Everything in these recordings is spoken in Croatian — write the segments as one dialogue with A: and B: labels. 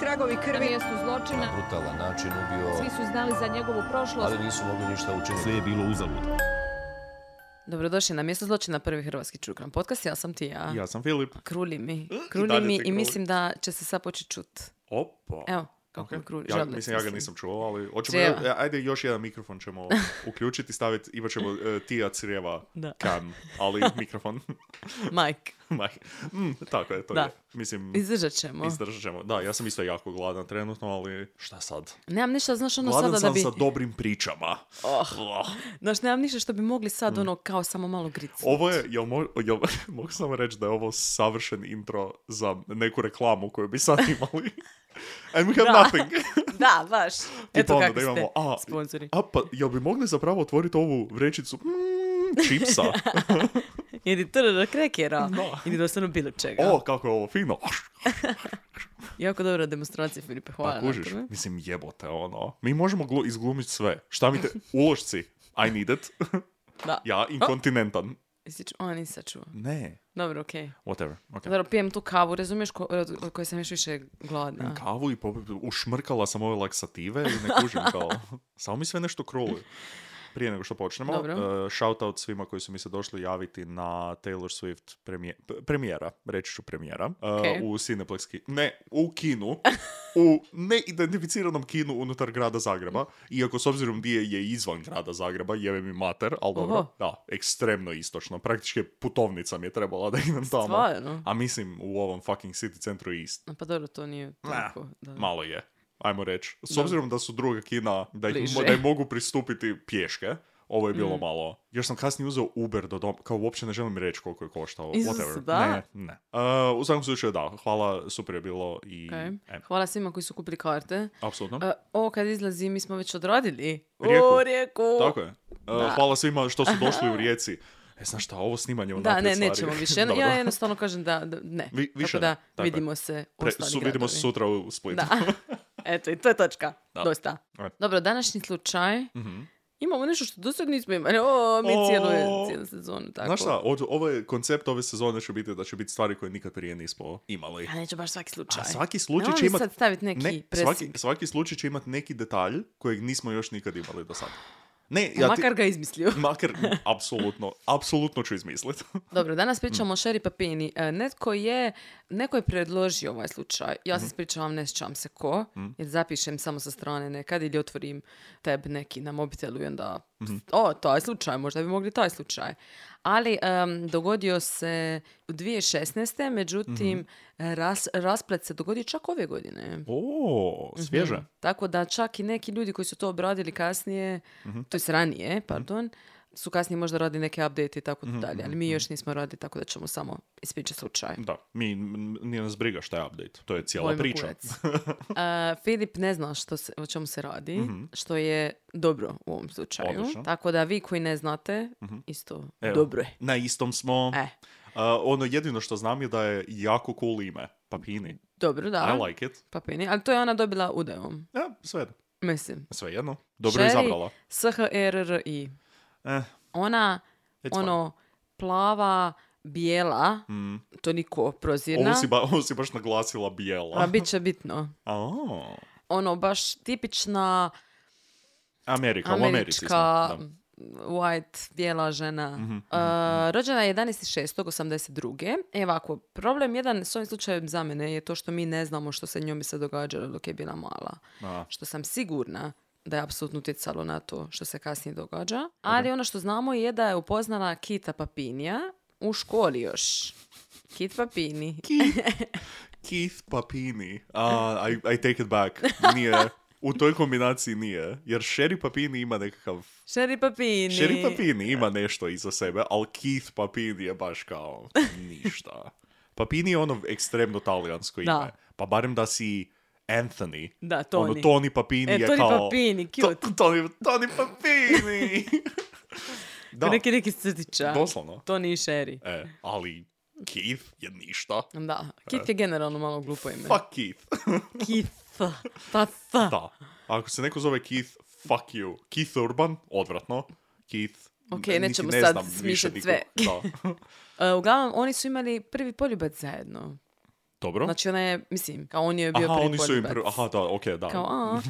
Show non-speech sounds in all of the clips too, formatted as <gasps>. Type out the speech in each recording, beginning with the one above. A: tragovi
B: Na
A: krvi.
B: mjestu zločina
C: brutalan način ubio,
B: svi su znali za njegovu prošlost.
C: ali nisu mogli ništa učiniti.
D: Sve je bilo uzalud.
E: Dobrodošli na mjesto zločina prvi hrvatski čukran podcast. Ja sam ti ja.
D: Ja sam Filip.
E: Kruli mi.
D: i
E: Kruli
D: dalje
E: mi
D: ti
E: i
D: kruli.
E: mislim da će se sad početi čut.
D: Opa.
E: Evo, kako
D: Ok.
E: mi kruli.
D: Ja,
E: žabnac,
D: mislim, ja ga nisam čuo, ali hoćemo,
E: Crijeva.
D: e, ajde još jedan mikrofon
E: <laughs>
D: ćemo uključiti, staviti, imat ćemo e, tija crijeva
E: Da.
D: kan,
E: <laughs>
D: ali mikrofon, <laughs>
E: Mike,
D: maj. Mm, tako je, to
E: Da.
D: je. Mislim,
E: izdržat ćemo.
D: izdržat ćemo. Da, ja sam isto jako gladan trenutno, ali šta sad?
E: Nemam ništa, znaš, ono
D: Gladan
E: sada da
D: sam
E: bi...
D: sa dobrim pričama. Oh.
E: Znaš, nemam ništa što bi mogli sad, ono, kao samo malo gricu.
D: Mm. Ovo je, jel, mo, jel, <laughs> mogu samo reći da je ovo savršen intro za neku reklamu koju bi
E: <laughs>
D: sad imali. And we have
E: Da. <laughs>
D: nothing.
E: <laughs> Da, baš.
D: Tipa
E: Eto
D: pa onda
E: kako
D: da
E: ste
D: imamo, a,
E: sponzori.
D: a pa, jel bi mogli zapravo otvoriti ovu vrećicu mm,
E: <laughs>
D: čipsa?
E: Jedi trr krekera. Ili doslovno bilo čega.
D: o, kako je ovo fino.
E: Jako dobra demonstracija, Filipe. Hvala
D: Pa
E: na
D: kužiš,
E: tome.
D: mislim jebote ono. Mi možemo glu- izglumiti sve. Šta mi te, ulošci, I need it.
E: Da.
D: <laughs> ja, inkontinentan.
E: Jesi ču- A, nisam čuo.
D: Ne,
E: Dobro, okej.
D: whatever. Okay.
E: Dobro, pijem tu kavu, razumiješ, ko, od, od koje sam još više gladna.
D: Kavu i pop- ušmrkala sam ove laksative i ne kužim
E: <laughs>
D: kao. Samo mi sve nešto kruli. Prije nego što počnemo,
E: Dobro.
D: uh, shoutout svima koji su mi se došli javiti na Taylor Swift premije, p- premijera, reći ću premijera, uh,
E: Ok.
D: u Cineplex ki- ne, u
E: <laughs>
D: kinu, u neidentificiranom kinu unutar grada Zagreba, iako s obzirom gdje je izvan grada Zagreba, jeve mi mater, ali dobro,
E: Oho.
D: da, ekstremno istočno, praktički putovnica mi je trebala da idem tamo.
E: Stvarno?
D: A mislim u ovom fucking city centru je ist.
E: A Pa dobro, to nije tako. Da.
D: Malo je, ajmo reći. S
E: Da.
D: obzirom da su druga kina, da ih,
E: Bliže. Mm.
D: da ih mogu pristupiti pješke, ovo je bilo malo. Još sam kasnije uzeo Uber do doma, kao uopće ne želim reći koliko je koštao.
E: Isus,
D: Whatever.
E: da?
D: Ne, ne. E, u svakom slučaju da, hvala, super je bilo i...
E: Okej.
D: e,
E: Hvala svima koji su kupili karte.
D: apsolutno.
E: E, ovo kad izlazi, mi smo već odradili.
D: Rijeku.
E: U Rijeku.
D: Tako je. E, hvala svima što su
E: <laughs>
D: došli u Rijeci. E, znaš šta, ovo snimanje
E: Da,
D: unaprijed
E: ne,
D: stvari. <laughs>
E: nećemo više.
D: Dobro.
E: Ja jednostavno kažem da, da ne.
D: Vi- više
E: Tako da
D: ne. Tako je.
E: vidimo se u
D: Pre,
E: ostalim
D: su, vidimo se
E: gradovi.
D: sutra u Splitu. <laughs>
E: Da. Eto, i to je točka. Dosta.
D: E.
E: Dobro, današnji slučaj. Imamo nešto što do sad nismo imali. O, mi cijelu,
D: Mhm. O.
E: cijelu sezonu. Tako.
D: Znaš šta, od, ovo je, koncept ove sezone će biti da će biti stvari koje nikad prije nismo imali.
E: Ja neću baš svaki slučaj.
D: A svaki slučaj
E: Nemoj
D: će
E: mi
D: imati...
E: sad staviti neki
D: ne, svaki,
E: presing.
D: svaki slučaj će imati neki detalj kojeg nismo još nikad imali do sada. Ne,
E: Pa
D: ja ti...
E: Makar ga izmislio.
D: <laughs> Makar, apsolutno, apsolutno ću izmisliti.
E: Dobro, danas pričamo o Šeri Papini. E, Netko je, neko je predložio ovaj slučaj. Ja se ispričavam, ne sjećam se ko, jer zapišem samo sa strane nekad ili otvorim tab neki na mobitelu i onda, o, taj slučaj, možda bi mogli taj slučaj. Ali em, dogodio se u 2016. međutim, ras, rasplet se dogodio čak ove
D: <laughs>
E: godine.
D: O,
E: Mhm.
D: svježe.
E: Tako da čak i neki ljudi koji su to obradili kasnije,
D: Mhm.
E: to jest ranije, pardon, su kasnije možda radili neke update i tako
D: Mhm,
E: dalje, ali mi još nismo radili tako da ćemo samo ispričati slučaj.
D: Da, mi, m, nije nas briga šta je update. To je cijela
E: Pojma
D: priča. <laughs>
E: kurac. A, Filip ne zna što se, o čemu se radi, što je dobro u ovom slučaju.
D: Mhm. Odlično. Mhm.
E: Tako da vi koji ne znate, isto
D: Evo,
E: dobro je.
D: Na istom smo.
E: E,
D: A, ono jedino što znam je da je jako cool ime. Papini.
E: dobro, da.
D: I like it.
E: Papini, ali to je ona dobila udajom.
D: Ja, sve,
E: Mislim. E
D: sve jedno. Dobro je
E: Sherry
D: izabrala.
E: SHRRI.
D: Eh,
E: Ona,
D: it's fine.
E: ono, plava, bijela, to niko prozirna,
D: Mm. Ovo si, ba, <laughs> ovo si baš naglasila
E: a
D: bijela.
E: bit će bitno.
D: A,
E: Ono, baš tipična
D: Amerika, u Americi smo. Da.
E: američka,
D: Mhm,
E: white, bijela žena. E, rođena je 11.6.82. E ovako, problem jedan s ovim slučajem za mene je to što mi ne znamo što se njome se događalo dok je bila mala.
D: A.
E: Što sam sigurna da je apsolutno utjecalo na to što se kasnije događa. Ali ono što znamo je da je upoznala Kita Papinija u školi još. Kit Papini. <laughs>
D: Keith Papini. A, I, I take it back. Nije. U toj kombinaciji nije. Jer Sherry Papini ima nekakav...
E: Sherry Papini.
D: Sherry Papini ima nešto iza sebe, ali Keith Papini je baš
E: <laughs>
D: kao ništa. Papini je ono ekstremno talijansko ime.
E: Da.
D: Pa barem da si Anthony.
E: Da,
D: Ono,
E: Toni.
D: Tony Papini
E: E,
D: je
E: Tony
D: kao...
E: Papini, cute.
D: To- Tony, Tony
E: <laughs>
D: Papini! da,
E: Neki neki crtića.
D: doslovno.
E: Toni i Sherry.
D: E, ali Keith je ništa.
E: Da, Kit je generalno malo glupo ime.
D: Fuck Keith.
E: Keith. Pa fa.
D: Da. Ako se neko zove Keith, fuck you. Keith Urban, odvratno. Keith...
E: Ok,
D: niti
E: nećemo
D: ne
E: sad
D: znam više
E: smišat
D: nikog.
E: <laughs> sve.
D: Da.
E: E, uglavnom, oni su imali prvi poljubac zajedno.
D: Dobro.
E: Znači ona je, mislim, kao on je bio
D: aha,
E: prvi
D: oni su im...
E: poljubac.
D: prvi- Aha, da, okej, da.
E: Kao, a,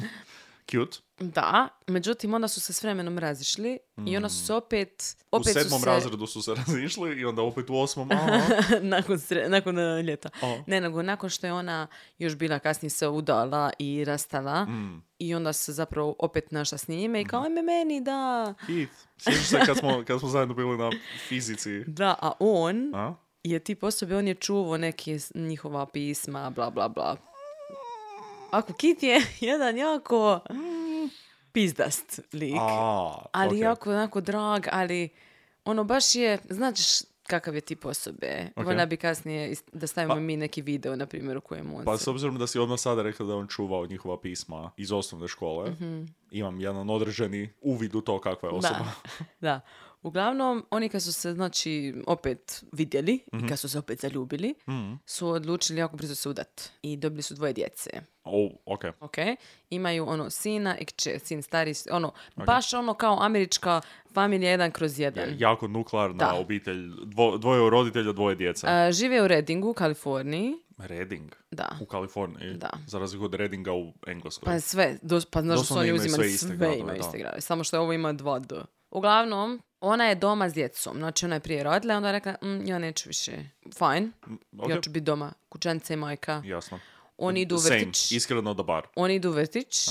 D: Cute.
E: da, međutim onda su se s vremenom razišli i onda su se opet,
D: Mm. U
E: opet
D: sedmom
E: su se,
D: razredu su se <laughs> razišli i onda opet u osmom, aha.
E: <laughs> nakon, sre- nakon e, ljeta,
D: A.
E: ne nego nakon što je ona još bila kasnije se udala i rastala
D: Mm.
E: i onda se zapravo opet našla s njime i
D: Mhm.
E: kao, ajme meni, da,
D: Keith, sjećaš se kad smo, kad smo zajedno bili na fizici?
E: da, a on
D: A?
E: je tip osobe, on je čuvao neke s- njihova pisma, bla, bla, bla. Ako Kit je <laughs> jedan jako pizdast lik.
D: A,
E: ali
D: okej.
E: jako onako drag, ali ono baš je, znaš kakav je tip osobe.
D: Ok.
E: Voljela bi kasnije is- da stavimo
D: Pa-
E: mi neki video, na primjer, u kojem on
D: Pa
E: se-
D: s obzirom da si odmah sada rekla da je on čuvao njihova pisma iz osnovne škole, imam jedan određeni uvid u to kakva je osoba.
E: Mhm. Da, <laughs> da. Uglavnom, oni kad su se, znači, opet vidjeli
D: Mhm.
E: i kad su se opet zaljubili, su odlučili jako brzo se udat. I dobili su dvoje djece.
D: O, ok.
E: Ok, imaju ono sina i kće, sin stari, s- ono, baš ono kao američka familija jedan kroz jedan.
D: Jako nuklearna
E: Da.
D: obitelj, dvo, dvoje roditelja, dvoje djece.
E: A, žive u Redingu, Kaliforniji,
D: Reading?
E: da.
D: U Kaliforniji?
E: Da.
D: Za razliku od Readinga u Engleskoj.
E: Pa sve, dos, pa znaš da su
D: Doslovno
E: oni
D: imaju
E: uzimali
D: sve
E: sve,
D: iste gradove,
E: imaju
D: da.
E: iste grade, samo što ovo ima 2D. Uglavnom, ona je doma s djecom, znači ona je prije rodila, onda je rekla, "Mm, ja neću više, fajn,
D: ok.
E: ja ću biti doma, kućanca i majka,
D: Jasno.
E: oni idu u
D: Same,
E: vrtić,
D: iskreno da bar.
E: oni idu u vrtić,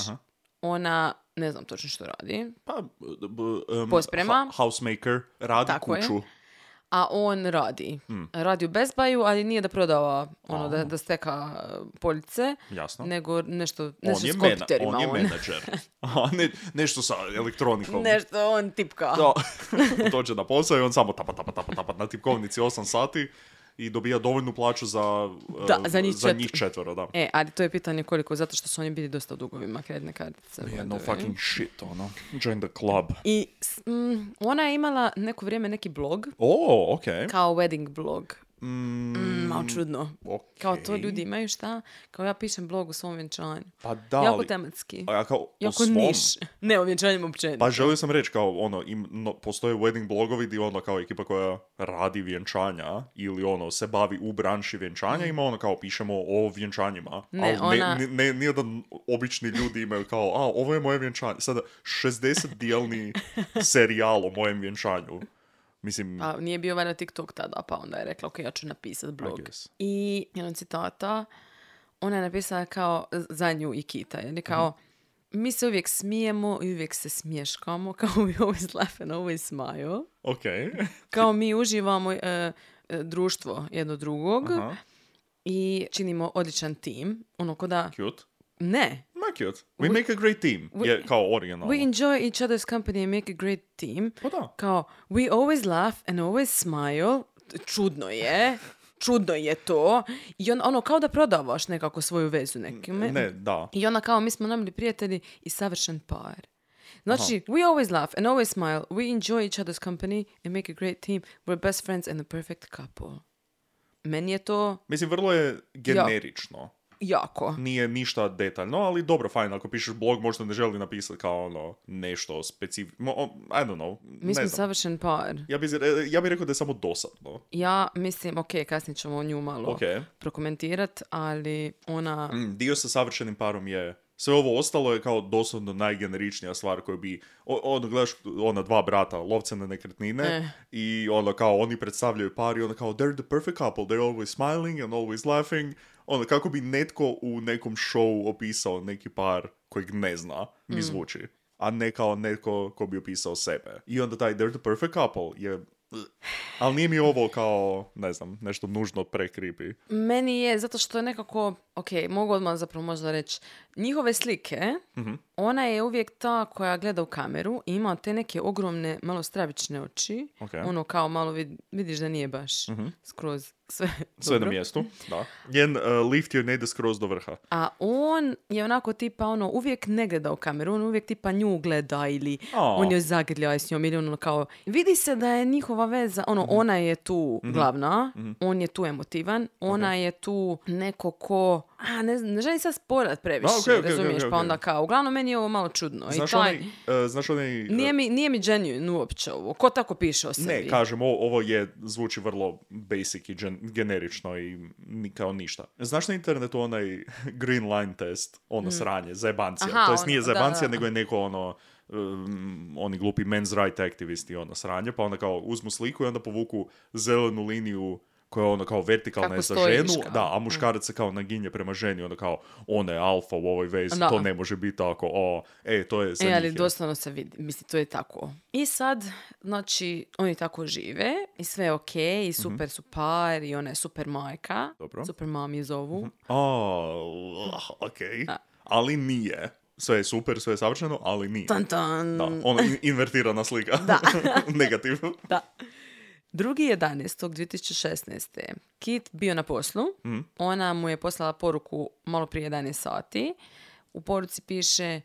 E: ona, ne znam točno što radi,
D: Pa, b- b- um,
E: Posprema.
D: ha- housemaker, radi
E: Tako je.
D: kuću.
E: a on radi.
D: Hmm.
E: Radi u Best Buyu, ali nije da prodava, ono, da, da steka e, police,
D: Jasno.
E: nego nešto, nešto
D: on, je
E: s ono.
D: mena-
E: kompjuterima.
D: on je
E: on.
D: menadžer. <laughs> Aha, ne, nešto sa elektronikom.
E: <laughs> Nešto on tipka.
D: Da. <laughs> Dođe na posao i on samo tapa, tapa, tapa, tapa na tipkovnici 8 sati i dobija dovoljnu plaću za, e,
E: Da, za njih četvr-
D: četvero. Da.
E: E, ali to je pitanje koliko, zato što su oni bili dosta u dugovima kreditne kartice.
D: Jedno
E: bodovi.
D: fucking shit, ono. Join the club.
E: I s- mm, ona je imala neko vrijeme neki blog,
D: O, okej.
E: kao wedding blog. Mm, malo čudno.
D: Okej.
E: Kao to ljudi imaju šta? Kao ja pišem blog u svom vjenčanju.
D: Pa da,
E: jako
D: ali-
E: tematski.
D: A ja kao, o
E: jako
D: svom-
E: niš. <laughs> Ne, o vjenčanjima općenito.
D: Pa želio sam reći kao ono, im, no, postoje wedding blogovi gdje ono kao ekipa koja radi vjenčanja ili ono se bavi u branši vjenčanja ima ono kao pišemo o vjenčanjima.
E: Mhm. Ne,
D: ali
E: ona-
D: ne, ne, nijedan obični ljudi imaju kao a ovo je moje vjenčanje. Sada 60
E: <laughs>
D: dijelni serijal o mojem vjenčanju. Mislim,
E: A Pa nije bio valjda TikTok tada, pa onda je rekla, ok, ja ću napisati blog.
D: guess.
E: I jedan citata, ona je napisala kao za nju i Kita, je li kao, mi se uvijek smijemo i uvijek se smješkamo, <laughs> kao we always laugh and always ovaj smile.
D: ok.
E: <laughs> Kao mi uživamo e, e, društvo jedno drugog
D: Aha,
E: i činimo odličan tim. Ono ko da,
D: cute.
E: ne,
D: Ma cute. We, make a great team. je kao originalno.
E: we enjoy each other's company and make a great team.
D: Pa da.
E: kao we always laugh and always smile, čudno je, čudno je to. I on, ono, kao da prodavaš nekako svoju vezu nekome.
D: Ne, da.
E: I ona kao, mi smo najbolji prijatelji i savršen par. Znači, we always laugh and always smile, we enjoy each other's company and make a great team, we're best friends and a perfect couple. Meni je to
D: Mislim, vrlo je generično.
E: jako.
D: nije ništa detaljno, ali dobro, fajn, ako pišeš blog možda ne želi napisati kao ono nešto specifično, I don't know,
E: Mi smo
D: ne znam.
E: savršen par.
D: Ja bi, re- ja bi rekao da je samo dosadno.
E: Ja mislim, ok, kasnije ćemo o nju malo
D: Ok.
E: prokomentirat, ali ona...
D: Mm, Dio sa savršenim parom je sve ovo ostalo je kao doslovno najgeneričnija stvar koju bi, o- ono, gledaš ona dva brata, lovce na nekretnine
E: Eh.
D: i ono kao oni predstavljaju par i ono kao they're the perfect couple, they're always smiling and always laughing. Ono, kako bi netko u nekom show opisao neki par kojeg ne zna, mi zvuči. A ne kao netko ko bi opisao sebe. I onda taj they're the perfect couple je... <sighs> Ali nije mi ovo kao, ne znam, nešto nužno prekripi.
E: Meni je, zato što je nekako, ok, mogu odmah zapravo možda reći, njihove slike,
D: Mhm.
E: ona je uvijek ta koja gleda u kameru i ima te neke ogromne, malo stravične oči.
D: Ok. Mhm.
E: Ono kao malo vid- vidiš da nije baš skroz sve,
D: Sve
E: dobro.
D: na mjestu, da. Njen uh, lift joj ne ide skroz do vrha.
E: A on je onako tipa ono, uvijek ne gleda u kameru, on uvijek tipa nju gleda ili
D: A.
E: on joj zagrlja s njom ili ono kao, vidi se da je njihova veza, ono,
D: Mhm.
E: ona je tu glavna, on je tu emotivan, ona je tu neko ko a ne, znam, ne želim sad sporat previše,
D: Ma, okej, okej,
E: razumiješ,
D: okej,
E: pa
D: okej.
E: onda kao, uglavnom meni je ovo malo čudno.
D: Znaš
E: I taj,
D: onaj, e, znaš onaj... e,
E: nije, mi, nije mi genuine uopće ovo, ko tako piše o sebi?
D: Ne, kažem, o- ovo je, zvuči vrlo basic i gen- generično i ni- kao ništa. Znaš na internetu onaj <laughs> green line test, ono sranje, zajebancija.
E: Mm. Aha,
D: to jest
E: ono,
D: nije
E: da,
D: zajebancija,
E: da.
D: nego je neko ono, um, oni glupi men's right aktivisti, ono sranje, pa onda kao uzmu sliku i onda povuku zelenu liniju koja je ono kao vertikalna
E: Kako Mm.
D: je za
E: stojiš,
D: ženu,
E: kao.
D: da, a muškarac se kao naginje prema ženi, ono kao, ona je alfa u ovoj vezi,
E: Da.
D: to ne može biti tako, o, e, to je za
E: E,
D: njih
E: ali
D: je.
E: doslovno se vidi, mislim, to je tako. I sad, znači, oni tako žive i sve je okej i super su par i ona je super majka.
D: Mhm. Dobro. Mhm.
E: Super mami je zovu.
D: Oh, ok. Ali nije. Sve je super, sve je savršeno, ali nije.
E: Tan, tan.
D: Da, ono in- invertirana slika.
E: Pa,
D: <laughs>
E: Da.
D: Negativ.
E: <laughs> Da. Drugi 11.2016. Kit bio na poslu.
D: Mhm.
E: Ona mu je poslala poruku malo prije 11 sati. U poruci piše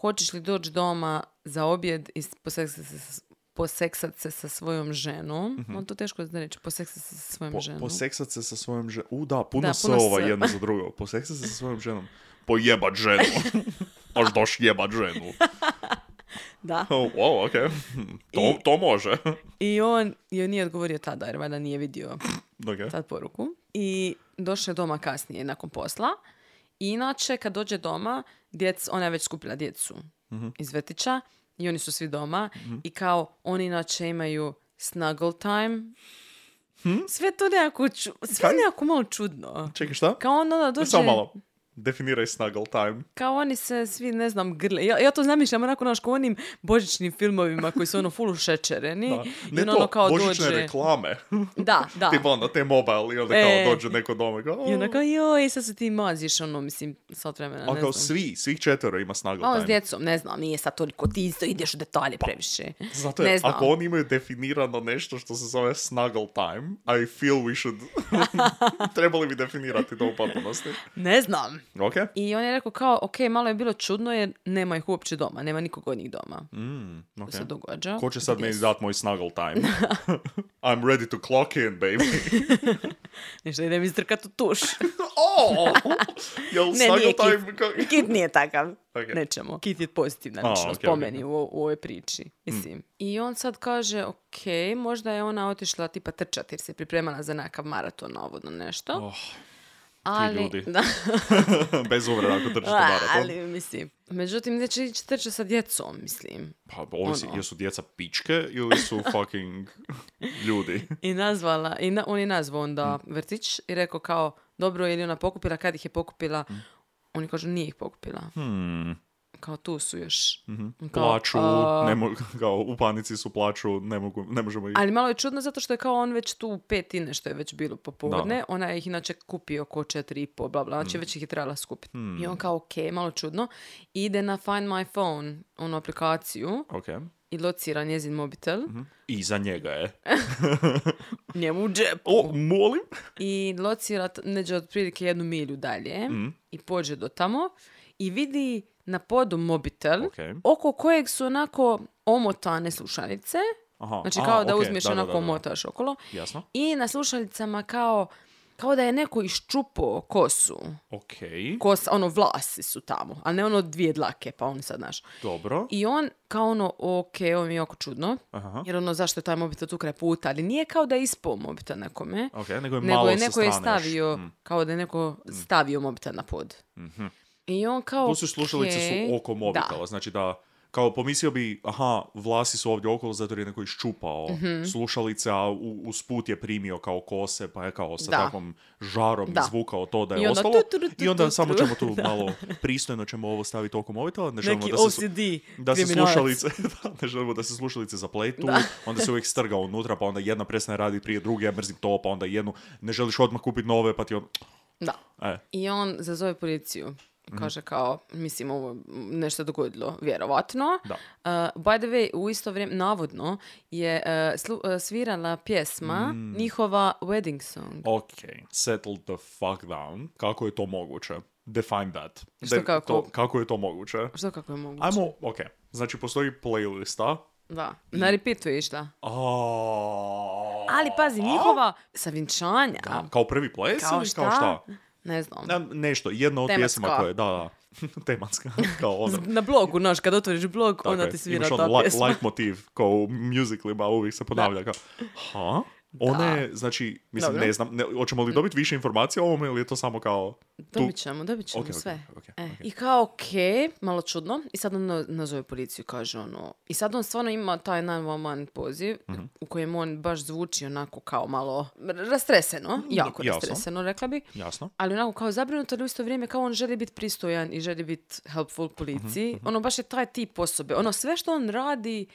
E: hoćeš li doći doma za objed i poseksat se, sa- poseksat se sa svojom ženom. No, to teško da reći, poseksat se sa svojom
D: Mhm. Po,
E: ženom.
D: poseksat se sa svojom ženom. U, da, puno
E: Da,
D: se
E: puno
D: ova
E: S.
D: jedno za drugo. Poseksat se sa svojom ženom. Pojebat
E: <laughs>
D: ženu. Aš doš jebat ženu.
E: Da.
D: Oh, wow, ok. To, to može. <laughs>
E: I on joj nije odgovorio tada jer valjda nije vidio
D: Ok.
E: tad poruku. I došao je doma kasnije nakon posla. I inače, kad dođe doma, djec, ona je već skupila djecu
D: Mhm.
E: iz vrtića i oni su svi doma. I kao, oni inače imaju snuggle time. Sve to nekako, ču- sve
D: Hm? Kaj?
E: nekako malo čudno.
D: Čekaj, šta? E,
E: Kao on onda dođe,
D: Samo malo. Definiraj snuggle time.
E: kao oni se svi, ne znam, grle. Ja, ja to zamišljam onako, znaš, kao u onim božićnim filmovima koji su ono full ušečereni.
D: Da.
E: I
D: Ne
E: on
D: to,
E: ono kao
D: božićne
E: dođe-
D: reklame.
E: Da, da.
D: Tipa onda te mobile i onda kao
E: E.
D: dođe neko doma i kao...
E: I onda kao, joj, sad se ti maziš, ono, mislim, sat vremena,
D: A
E: ne
D: Mm. kao
E: znam.
D: svi, svih četvero ima snagl
E: Malo s
D: time.
E: djecom, ne znam, nije sad toliko, ti isto ideš u detalje previše.
D: Pa, Zato
E: ne
D: je,
E: znam.
D: ako oni imaju definirano nešto što se zove snuggle time, I feel we should... <laughs> Trebali bi definirati to u potpunosti.
E: Ne znam.
D: Ok?
E: I on je rekao kao, ok, malo je bilo čudno jer nema ih uopće doma, nema nikog od njih doma.
D: ok.
E: To se događa.
D: Mm, Ko će sad
E: Gdje
D: meni
E: su?
D: dat moj snuggle time?
E: <laughs>
D: I'm ready to clock in, baby. <laughs>
E: Nešto idem izdrkat u tuš.
D: oh! Jel
E: ne, nije
D: snuggle time... ka-
E: Kit. Kit nije takav.
D: Ok.
E: Nećemo. Kit je pozitivna
D: A, Mm.
E: ličnost,
D: ok,
E: po
D: ok.
E: meni, u, o- u ovoj priči. Mislim. I on sad kaže, ok, možda je ona otišla tipa trčati jer se pripremala za nekakav maraton, navodno nešto. ali,
D: <laughs> ljudi.
E: Da.
D: Bez uvreda ako trčite maraton.
E: ali, mislim. Međutim, neće ići trčati sa djecom, mislim.
D: Pa, ovisi,
E: ono.
D: jesu djeca pičke ili su fucking ljudi?
E: I nazvala, i na, on je nazvao onda
D: Mm.
E: vrtić i rekao kao, dobro, je li ona pokupila, kad ih je pokupila?
D: Mm.
E: Oni kažu, nije ih pokupila. Kao tu su još. Kao,
D: Hmm. Mhm. plaču,
E: "A,
D: ne mo- <laughs> kao u panici su plaču, ne, mogu, ne možemo ih...
E: Ali malo je čudno zato što je kao on već tu u pet i nešto je već bilo popodne. Ona je ih inače kupio oko četiri i po, bla bla.
D: Mm.
E: Znači već ih je trebala skupiti.
D: Hmm.
E: I on kao, ok, malo čudno. I ide na Find My Phone, onu aplikaciju,
D: Ok.
E: i locira njezin mobitel.
D: Iza njega je.
E: E. Njemu u džep.
D: O, molim?
E: i locira t- neđe otprilike jednu milju dalje
D: Mm.
E: i pođe do tamo i vidi na podu mobitel
D: Ok.
E: oko kojeg su onako omotane slušalice.
D: Aha,
E: Znači
D: a,
E: kao da
D: ok,
E: uzmeš i
D: da, da,
E: onako
D: da, da.
E: omotaš okolo.
D: Jasno.
E: I na slušalicama kao, kao da je neko iščupo kosu.
D: Ok,
E: Kosa, ono vlasi su tamo, a ne ono dvije dlake, pa on sad znaš.
D: dobro.
E: I on kao ono, ok, ovo mi je jako čudno,
D: Aha.
E: jer ono zašto je taj mobitel tu kraj puta, ali nije kao da je ispao mobitel nekome
D: Ok, nego je
E: nego
D: malo
E: je
D: sa
E: neko je
D: strane još. Mm.
E: stavio, kao da je neko stavio mobitel na pod. I on kao,
D: Plus Mhm. su slušalice
E: okej,
D: su oko mobitela, znači da kao pomislio bi, aha, vlasi su ovdje okolo zato jer je neko iščupao
E: Mhm.
D: slušalice, a u, usput je primio kao kose, pa je kao sa
E: Da.
D: takvom žarom
E: Da.
D: izvukao to da je
E: I onda
D: ostalo.
E: tu, tu, tu,
D: I onda
E: tu, tu.
D: samo ćemo
E: <laughs>
D: tu malo pristojno ćemo ovo staviti oko mobitela, ne
E: Da.
D: želimo
E: Neki
D: da se su-
E: OCD
D: da se
E: kriminalac.
D: slušalice, <laughs> da, ne želimo da se slušalice zapletu, onda se uvijek strga unutra, pa onda jedna prestane radi prije druge, ja mrzim to, pa onda jednu, ne želiš odmah kupiti nove, pa ti on...
E: Da.
D: E,
E: I on zazove policiju.
D: Mhm.
E: Kaže kao, mislim, ovo je nešto dogodilo, vjerovatno.
D: Da.
E: Uh, by the way, u isto vrijeme, navodno, je uh, slu- uh, svirala pjesma
D: Mm.
E: njihova wedding song.
D: ok, settle the fuck down. Kako je to moguće? Define that.
E: Što kako?
D: To, kako je to moguće?
E: Što kako je moguće?
D: Ajmo, ok, znači postoji playlista.
E: Da. Na repeatu je išla.
D: A...
E: Ali pazi, njihova sa vjenčanja.
D: Kao prvi ples
E: Kao
D: ili
E: šta?
D: kao šta?
E: Ne znam.
D: Ne, nešto, jedna od
E: Tematska.
D: pjesama koje, da, da, <laughs> tematska, kao ono.
E: Na blogu, znaš, kad otvoriš blog,
D: Tako
E: onda
D: je.
E: ti svira
D: Imaš ono
E: ta
D: la-
E: pjesma.
D: leitmotiv, kao u musicalima uvijek se ponavlja. Kao, ha? One, znači, mislim,
E: Dobro.
D: ne znam, ne, hoćemo li dobiti više informacija o ovome ili je to samo kao... tu-
E: <laughs> Dobit ćemo, dobit ćemo
D: Ok, ok,
E: sve.
D: ok,
E: E,
D: ok.
E: I kao, ok, malo čudno. I sad on na- nazove policiju, kaže ono. I sad on stvarno ima taj 911 poziv
D: Mhm.
E: u kojem on baš zvuči onako kao malo rastreseno. Jako
D: Mm, jasno.
E: rastreseno, rekla bi.
D: Jasno.
E: Ali onako kao zabrinuto, ali u isto vrijeme kao on želi biti pristojan i želi biti helpful policiji.
D: Mhm,
E: Ono baš je taj tip osobe. Ono sve što on radi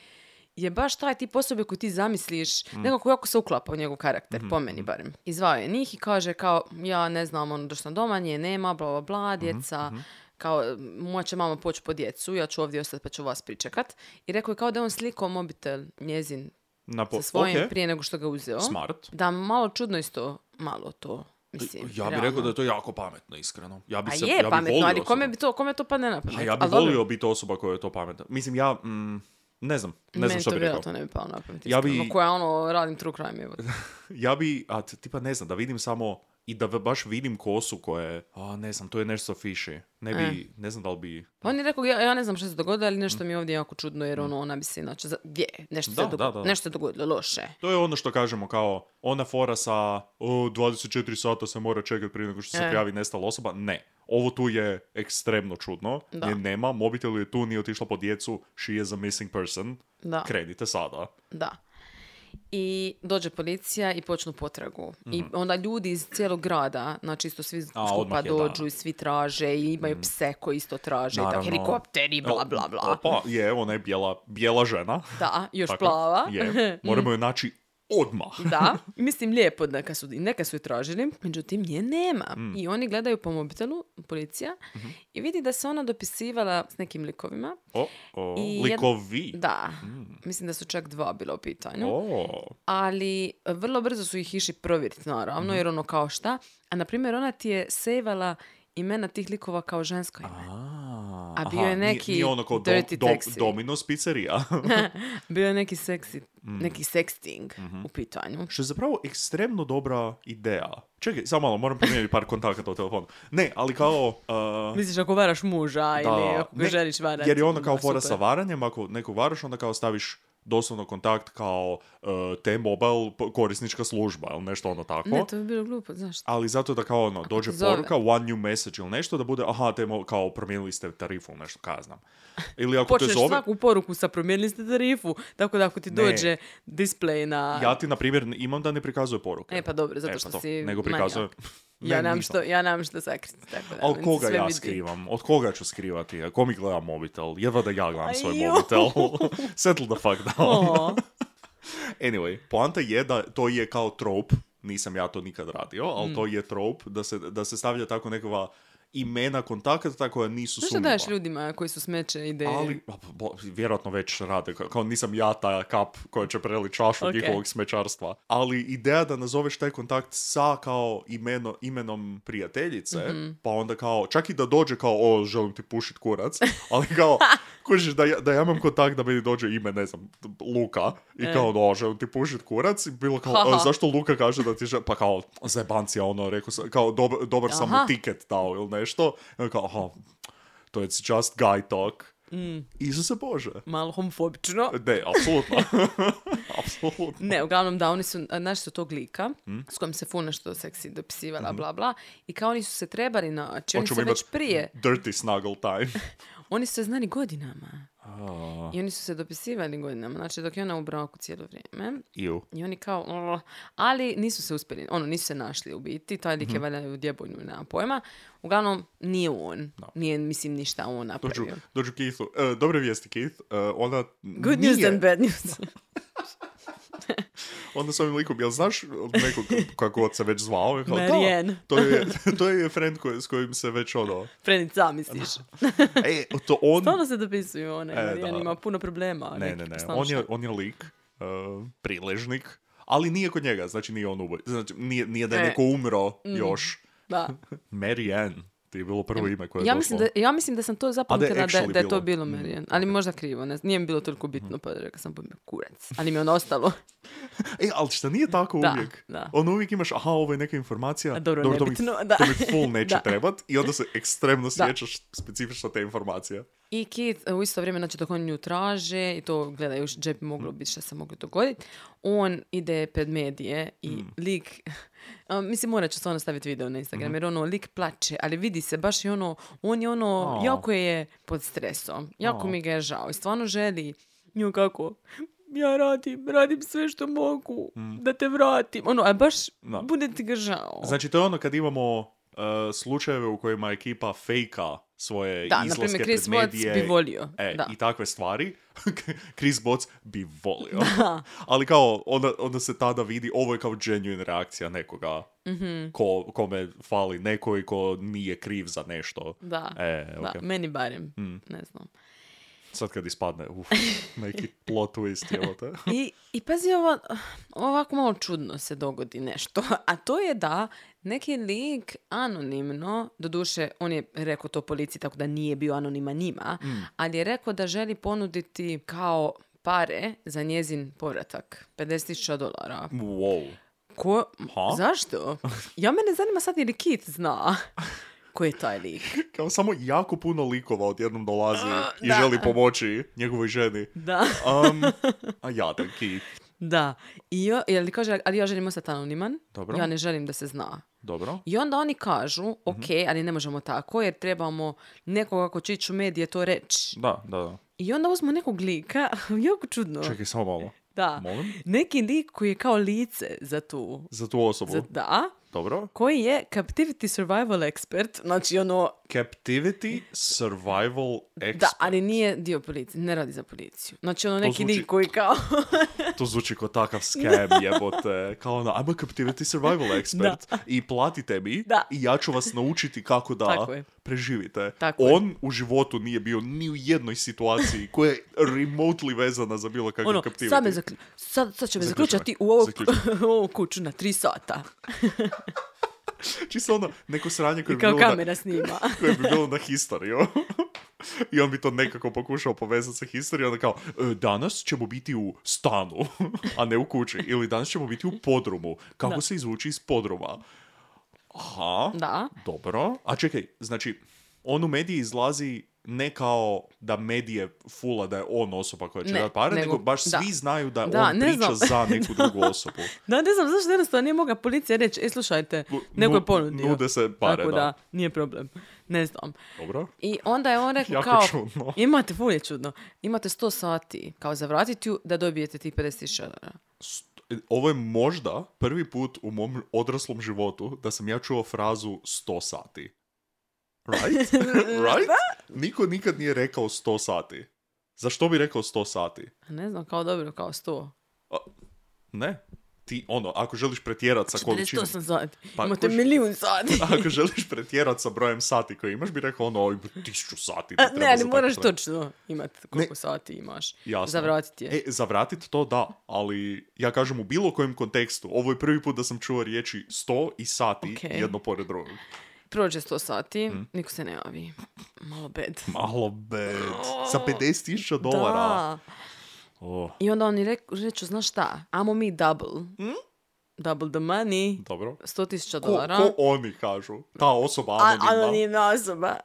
E: je baš taj tip osobe koju ti zamisliš,
D: Mhm.
E: nekako jako se uklapa u njegov karakter, po meni barem. I zvao je njih i kaže kao, ja ne znam, ono, došla sam doma, nje nema, bla, bla, bla,
D: Mhm,
E: djeca, kao, moja će mama poći po djecu, ja ću ovdje ostati pa ću vas pričekat. I rekao je kao da je on slikao mobitel njezin
D: Na po...
E: sa svojim
D: ok,
E: prije nego što ga uzeo.
D: Smart.
E: Da, malo čudno isto, malo to, mislim.
D: Ja bih
E: realno.
D: rekao da je to jako pametno, iskreno. Ja bi
E: A
D: se,
E: Pa je
D: ja bi
E: pametno,
D: volio
E: ali kome,
D: osobu-
E: bi to, kome to padne na pamet?
D: A ja bi
E: Ali dobro,
D: volio biti osoba koja je to pametna. Mislim, ja... mm, ne znam, ne znam
E: meni
D: što
E: to
D: bi rekao.
E: vjerojatno ne bi palo na pamet.
D: Ja bi-
E: iskreno, Koja ono, radim true crime, evo.
D: ja bi, a t- tipa ne znam, da vidim samo i da v- baš vidim kosu koje, a ne znam, to je nešto fishy. Ne bi,
E: E.
D: ne znam da li bi...
E: On je rekao, ja, ja ne znam što se dogodilo, ali nešto mi je ovdje jako čudno, jer ono, ona bi se inače, za- gdje, je? nešto,
D: Mm. Da,
E: se dogodilo,
D: da, da, da.
E: nešto se dogodilo loše.
D: To je ono što kažemo kao ona fora sa o, 24 sata se mora čekati prije nego što se
E: E.
D: prijavi nestala osoba. Ne. Ovo tu je ekstremno čudno.
E: Da.
D: Nje nema, mobitel je tu, nije otišla po djecu, she is a missing person.
E: Da.
D: Krenite sada.
E: Da. I dođe policija i počnu potragu. I onda ljudi iz cijelog grada, znači isto svi skupa
D: Mhm. odmah je,
E: dođu
D: da. Mm.
E: i svi traže i imaju pse koji isto traže i tako
D: Naravno.
E: helikopteri, bla, bla, bla.
D: Pa je, ona je bijela, bijela žena.
E: Da, <laughs> još
D: Tako,
E: plava. <laughs>
D: Je. Moramo je naći odmah.
E: da, mislim lijepo neka su, i neka su je tražili, međutim nje nema.
D: Mm.
E: I oni gledaju po mobitelu, policija,
D: Mhm.
E: i vidi da se ona dopisivala s nekim likovima.
D: O, o,
E: I jed-
D: likovi.
E: Da, mislim da su čak dva bila u pitanju.
D: Mm. O.
E: Ali e, vrlo brzo su ih išli provjeriti, naravno,
D: Mhm.
E: jer ono kao šta. A na primjer ona ti je sejvala imena tih likova kao žensko ime. A bio
D: Aha,
E: je
D: nije-
E: neki
D: nije ono kao dom-
E: dirty
D: dom-
E: taxi.
D: Domino's <laughs> pizzerija.
E: Bio je neki seksi,
D: Mm.
E: neki sexting
D: Mhm.
E: u pitanju.
D: Što je zapravo ekstremno dobra ideja. Čekaj, samo malo, moram promijeniti par kontakata u telefonu. Ne, ali kao... uh,
E: Misliš ako varaš muža ili ako ga
D: ne,
E: želiš varati.
D: Jer je ono kao fora
E: super.
D: sa varanjem, ako nekog varaš, onda kao staviš doslovno kontakt kao uh, T-Mobile p- korisnička služba ili nešto ono tako.
E: Ne, to bi bilo glupo, znaš.
D: Ali zato da kao ono, dođe
E: te zove.
D: poruka, one new message ili nešto, da bude, aha, T-Mobile, kao promijenili ste tarifu ili nešto, kaznam. Ili ako te
E: Počneš
D: zove...
E: svaku poruku sa promijenili ste tarifu, tako da ako ti
D: Ne.
E: dođe display na...
D: Ja ti, na primjer, imam da ne prikazuje poruke.
E: E pa dobro, zato
D: E, pa
E: što
D: to,
E: si
D: Nego
E: manijak.
D: prikazuje...
E: Ja
D: Ne,
E: nemam
D: nisam.
E: što, ja nemam što sakriti, tako da.
D: A od
E: meni se
D: koga
E: sve
D: ja
E: vidi.
D: skrivam? Od koga ću skrivati? A Ko mi gleda mobitel? Jedva da ja gledam svoj
E: Ajoj. <laughs>
D: mobitel. Settle the fuck down. <laughs>
E: O,
D: Anyway, poanta je da to je kao trop. Nisam ja to nikad radio, ali to
E: Mm.
D: je trop da se, da se stavlja tako nekova imena kontakata koja nisu
E: znaš što
D: sumnjiva.
E: daješ ljudima koji su smeće ideje?
D: Ali, a, bo- vjerojatno već rade, ka- kao nisam ja ta kap koja će preli čašu
E: Ok.
D: njihovog smećarstva. Ali ideja da nazoveš taj kontakt sa kao imeno, imenom prijateljice,
E: Mhm.
D: pa onda kao, čak i da dođe kao, o, želim ti pušit
E: <laughs>
D: kurac, ali kao, kužiš da ja, da ja imam kontakt da meni dođe ime, ne znam, Luka, i kao, no, želim ti pušit kurac, i bilo kao,
E: E. Haha.
D: "E, zašto Luka kaže da ti žel-" pa kao, zebancija, ono, rekao sam, kao, dob- dobar sam mu
E: Aha.
D: tiket dao ili nešto, I kao, aha, to je just guy talk.
E: Mm.
D: Isuse Bože.
E: Malo homofobično.
D: Ne,
E: <laughs>
D: apsolutno. apsolutno.
E: Ne, uglavnom da, oni su, našli su tog lika
D: Hm?
E: s kojim se ful nešto seksi dopisivala, bla, bla. I kao oni su se trebali naći, oni su
D: Mhm. Hoćemo
E: već
D: imat Hm.
E: prije
D: Dirty snuggle time.
E: Oni su se znali godinama. I oni su se dopisivali godinama. Znači, dok je ona u braku cijelo vrijeme.
D: Iu.
E: I oni kao... "Ugh", Ali nisu se uspjeli. Ono, nisu se našli u biti. Taj lik je
D: Mhm.
E: valjda u djebonju, nema pojma. Uglavnom, nije on. Nije, mislim, ništa on
D: Dođu,
E: napravio.
D: dođu Keithu. E, dobre vijesti, Keith. E, ona
E: Good
D: nije.
E: news and bad news. <laughs>
D: Onda s ovim likom, jel znaš nekog, kako god se već zvao? Je Kao, "Da,
E: Marianne."
D: to je, to je friend koji, s kojim se već
E: <laughs>
D: ono...
E: Frenica, misliš.
D: E, to on...
E: Stalno se dopisuju one.
D: E,
E: Marijan
D: da.
E: ima puno problema.
D: Ne, ne,
E: nekih,
D: ne.
E: stalno
D: On je,
E: šta-
D: on je lik, e, priležnik, ali nije kod njega. Znači, nije on uboj. Znači, nije, nije da je
E: E.
D: neko umro još.
E: Da.
D: Marianne. Ti je bilo prvo ime koje je
E: Ja
D: došlo.
E: mislim, da, ja mislim da sam to
D: A da je
E: zapamtila da,
D: actually
E: da je to
D: bilo. Mhm.
E: bilo Marijan, ali možda krivo, ne, znam, nije mi bilo toliko bitno, pa rekla sam pa kurac, ali mi je ono
D: <laughs>
E: ostalo.
D: E, ali šta nije tako
E: Da,
D: uvijek?
E: da.
D: Ono uvijek imaš, aha, ovo je neka informacija,
E: A dobro,
D: to, mi,
E: nebitno, da.
D: to mi
E: <laughs>
D: full neće
E: Da.
D: trebat i onda se ekstremno
E: Da.
D: sjećaš specifično te informacije.
E: I Kit e, u isto vrijeme, znači dok oni nju traže i to gleda još gdje bi moglo biti šta se moglo dogoditi, on ide pred medije i
D: Mm.
E: lik, <laughs> a, mislim morat ću stvarno staviti video na Instagram
D: Mhm.
E: jer ono lik plače, ali vidi se baš i ono, on je ono,
D: A.
E: jako je pod stresom, jako
D: A.
E: mi ga je žao i stvarno želi nju kako, ja radim, radim sve što mogu, da te vratim, ono, a baš
D: Mm. Da.
E: bude ti ga žao.
D: Znači, to je ono kad imamo uh, slučajeve u kojima ekipa fejka svoje
E: da, na
D: izlaske
E: primjer,
D: pred
E: Chris Watts
D: medije
E: bi volio.
D: E,
E: da.
D: i takve stvari, <laughs> Chris Bots bi volio. <laughs> Ali kao, onda, onda se tada vidi, ovo je kao genuine reakcija nekoga
E: Mhm.
D: ko, kome fali neko i ko nije kriv za nešto.
E: Da,
D: E,
E: da,
D: ok. Mm.
E: meni barem, ne znam.
D: Sad kad ispadne, uf, neki plot twist, evo
E: <laughs>
D: te.
E: I, i pazi, ovo, ovako malo čudno se dogodi nešto, <laughs> a to je da neki lik anonimno, doduše, on je rekao to policiji, tako da nije bio anoniman njima,
D: Mm.
E: ali je rekao da želi ponuditi kao pare za njezin povratak, 50.000 dolara.
D: Wow.
E: Ko,
D: Ha? <laughs>
E: zašto? Ja mene zanima sad ili Kit zna ko je taj lik.
D: Kao samo jako puno likova odjednom dolazi i
E: Uh, da.
D: želi pomoći njegovoj ženi.
E: Da.
D: Um, a jadan Keith.
E: Da. I jo, jel kaže, ali ja želim ostati anoniman,
D: Dobro.
E: ja ne želim da se zna. <laughs>
D: Dobro.
E: I onda oni
D: Mhm.
E: kažu, ok, ali ne možemo tako jer trebamo nekoga ko će ići u medije to reći.
D: Da, da, da.
E: I onda uzmu nekog lika, <laughs> jako čudno.
D: Čekaj, samo malo.
E: da.
D: molim?
E: Neki lik koji je kao lice za tu.
D: Za tu osobu.
E: Za, da.
D: Dobro.
E: Koji je captivity survival expert, znači ono,
D: Captivity Survival Expert.
E: da, ali nije dio policije, ne radi za policiju. Znači ono neki
D: zvuči-
E: lik koji
D: <laughs>
E: kao,
D: To zvuči kao takav
E: <laughs>
D: scam jebote. Kao ono, I'm a Captivity Survival Expert. I platite mi
E: Da.
D: i ja ću vas naučiti kako da
E: Tako je.
D: preživite.
E: Tako je.
D: On u životu nije bio ni u jednoj situaciji koja je remotely vezana za bilo kakav
E: ono,
D: Captivity.
E: sad, me zakl- sad, sad će me
D: Zaključaj.
E: zaključati u ovu,
D: Zaključaj.
E: <laughs> u ovu kuću na tri sata.
D: Čisto ono, neko sranje koje
E: I
D: bi
E: kao
D: bilo na,
E: kamera
D: <laughs>
E: snima.
D: koje bi bilo na historiju. <laughs> I on bi to nekako pokušao povezati sa historijom, onda kao, "E, danas ćemo biti u stanu, <laughs> a ne u kući. Ili danas ćemo biti u podrumu. Kako se izvući iz podruma? Aha,
E: Da.
D: dobro. A čekaj, znači, on u mediji izlazi ne kao da medije fula da je on osoba koja će
E: Ne,
D: dati pare, nego,
E: nego-
D: baš
E: da.
D: svi znaju da,
E: Da,
D: on
E: ne
D: priča
E: znam.
D: za neku
E: <laughs>
D: drugu osobu.
E: Da, ne znam zašto jednostavno nije mogla policija reći, e slušajte,
D: Nu-
E: neko
D: nu-
E: je ponudio.
D: nude se pare,
E: Tako
D: da.
E: da. nije problem. Ne znam.
D: Dobro.
E: I onda je on rekao
D: Jako
E: kao,
D: čudno.
E: <laughs> imate, ful je čudno, imate 100 sati kao za vratitju da dobijete ti 50.000 dolara.
D: St- Ovo je možda prvi put u mom odraslom životu da sam ja čuo frazu 100 sati.
E: <laughs>
D: Right? right? Niko nikad nije rekao 100 sati. Zašto bi rekao 100 sati?
E: A Ne znam, kao dobro, kao 100.
D: Ne. Ti, ono, ako želiš pretjerat sa količinom...
E: 48 sati.
D: Pa,
E: imate
D: kuš-
E: milijun sati.
D: <laughs> Ako želiš pretjerat sa brojem sati koje imaš, bi rekao ono, oj, tisuću sati. ti
E: A,
D: treba
E: <laughs> ne, ali
D: za
E: moraš
D: tako
E: točno imati koliko
D: Ne.
E: sati imaš
D: Jasno.
E: za vratiti je.
D: E, zavratit to da, ali ja kažem u bilo kojem kontekstu, ovo je prvi put da sam čuo riječi 100 i sati
E: Ok.
D: jedno pored drugog.
E: Prođe 100 sati,
D: Mhm.
E: niko se ne javi. Malo bed.
D: Malo bed. Sa 50.000 dolara.
E: Oh. Da.
D: Oh,
E: I onda oni rek, reću, znaš šta, amo mi double. Double the money.
D: dobro.
E: 100 tisuća
D: Hm? Ko,
E: dolara.
D: ko oni kažu? Ta osoba
E: A-
D: anonimna.
E: anonimna osoba.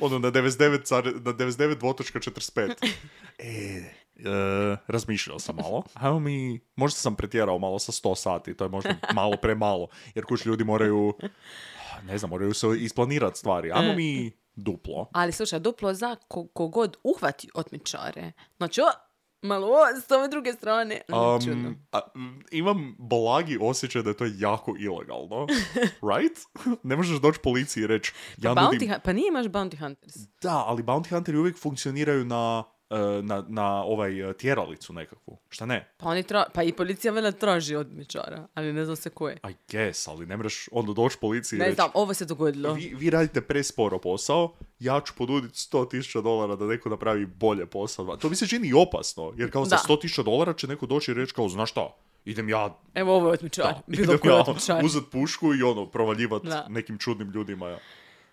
D: Ono na 99, car- na 99
E: <laughs>
D: 2.45. e, e, razmišljao sam malo. Ajmo mi, možda sam pretjerao malo sa 100 sati, to je
E: <laughs>
D: možda malo premalo. Jer kuć ljudi moraju, ne znam, moraju se isplanirati stvari. Ajmo
E: Mm.
D: mi duplo.
E: Ali slušaj, duplo za ko- kogod uhvati otmičare. Znači, o, malo o, s ove druge strane. Um, čudno.
D: Um, a, m, imam blagi osjećaj da je to jako
E: <laughs>
D: ilegalno, right? <laughs> ne možeš doći policiji i reći, ja
E: Bounty
D: nudim...
E: hu- pa nije imaš bounty hunters.
D: Da, ali bounty hunteri uvijek funkcioniraju na, e, na, na ovaj e, tjeralicu nekakvu. Šta ne?
E: Pa, oni tra- pa i policija vele traži otmičara, ali ne znam se ko je.
D: I guess, ali ne mreš onda doći policiji i
E: Ne
D: reći,
E: znam, ovo se dogodilo.
D: vi, vi radite presporo posao, ja ću ponuditi 100.000 dolara da neko napravi bolje posao. To mi se čini i opasno, jer kao za
E: Da.
D: 100.000 dolara će neko doći i reći kao, znaš šta, idem ja
E: Evo ovo je otmičar.
D: <laughs> Da,
E: Bilo
D: idem
E: koji
D: ja
E: otmičar.
D: uzet pušku i ono, provaljivat
E: Da.
D: nekim čudnim ljudima. Ja.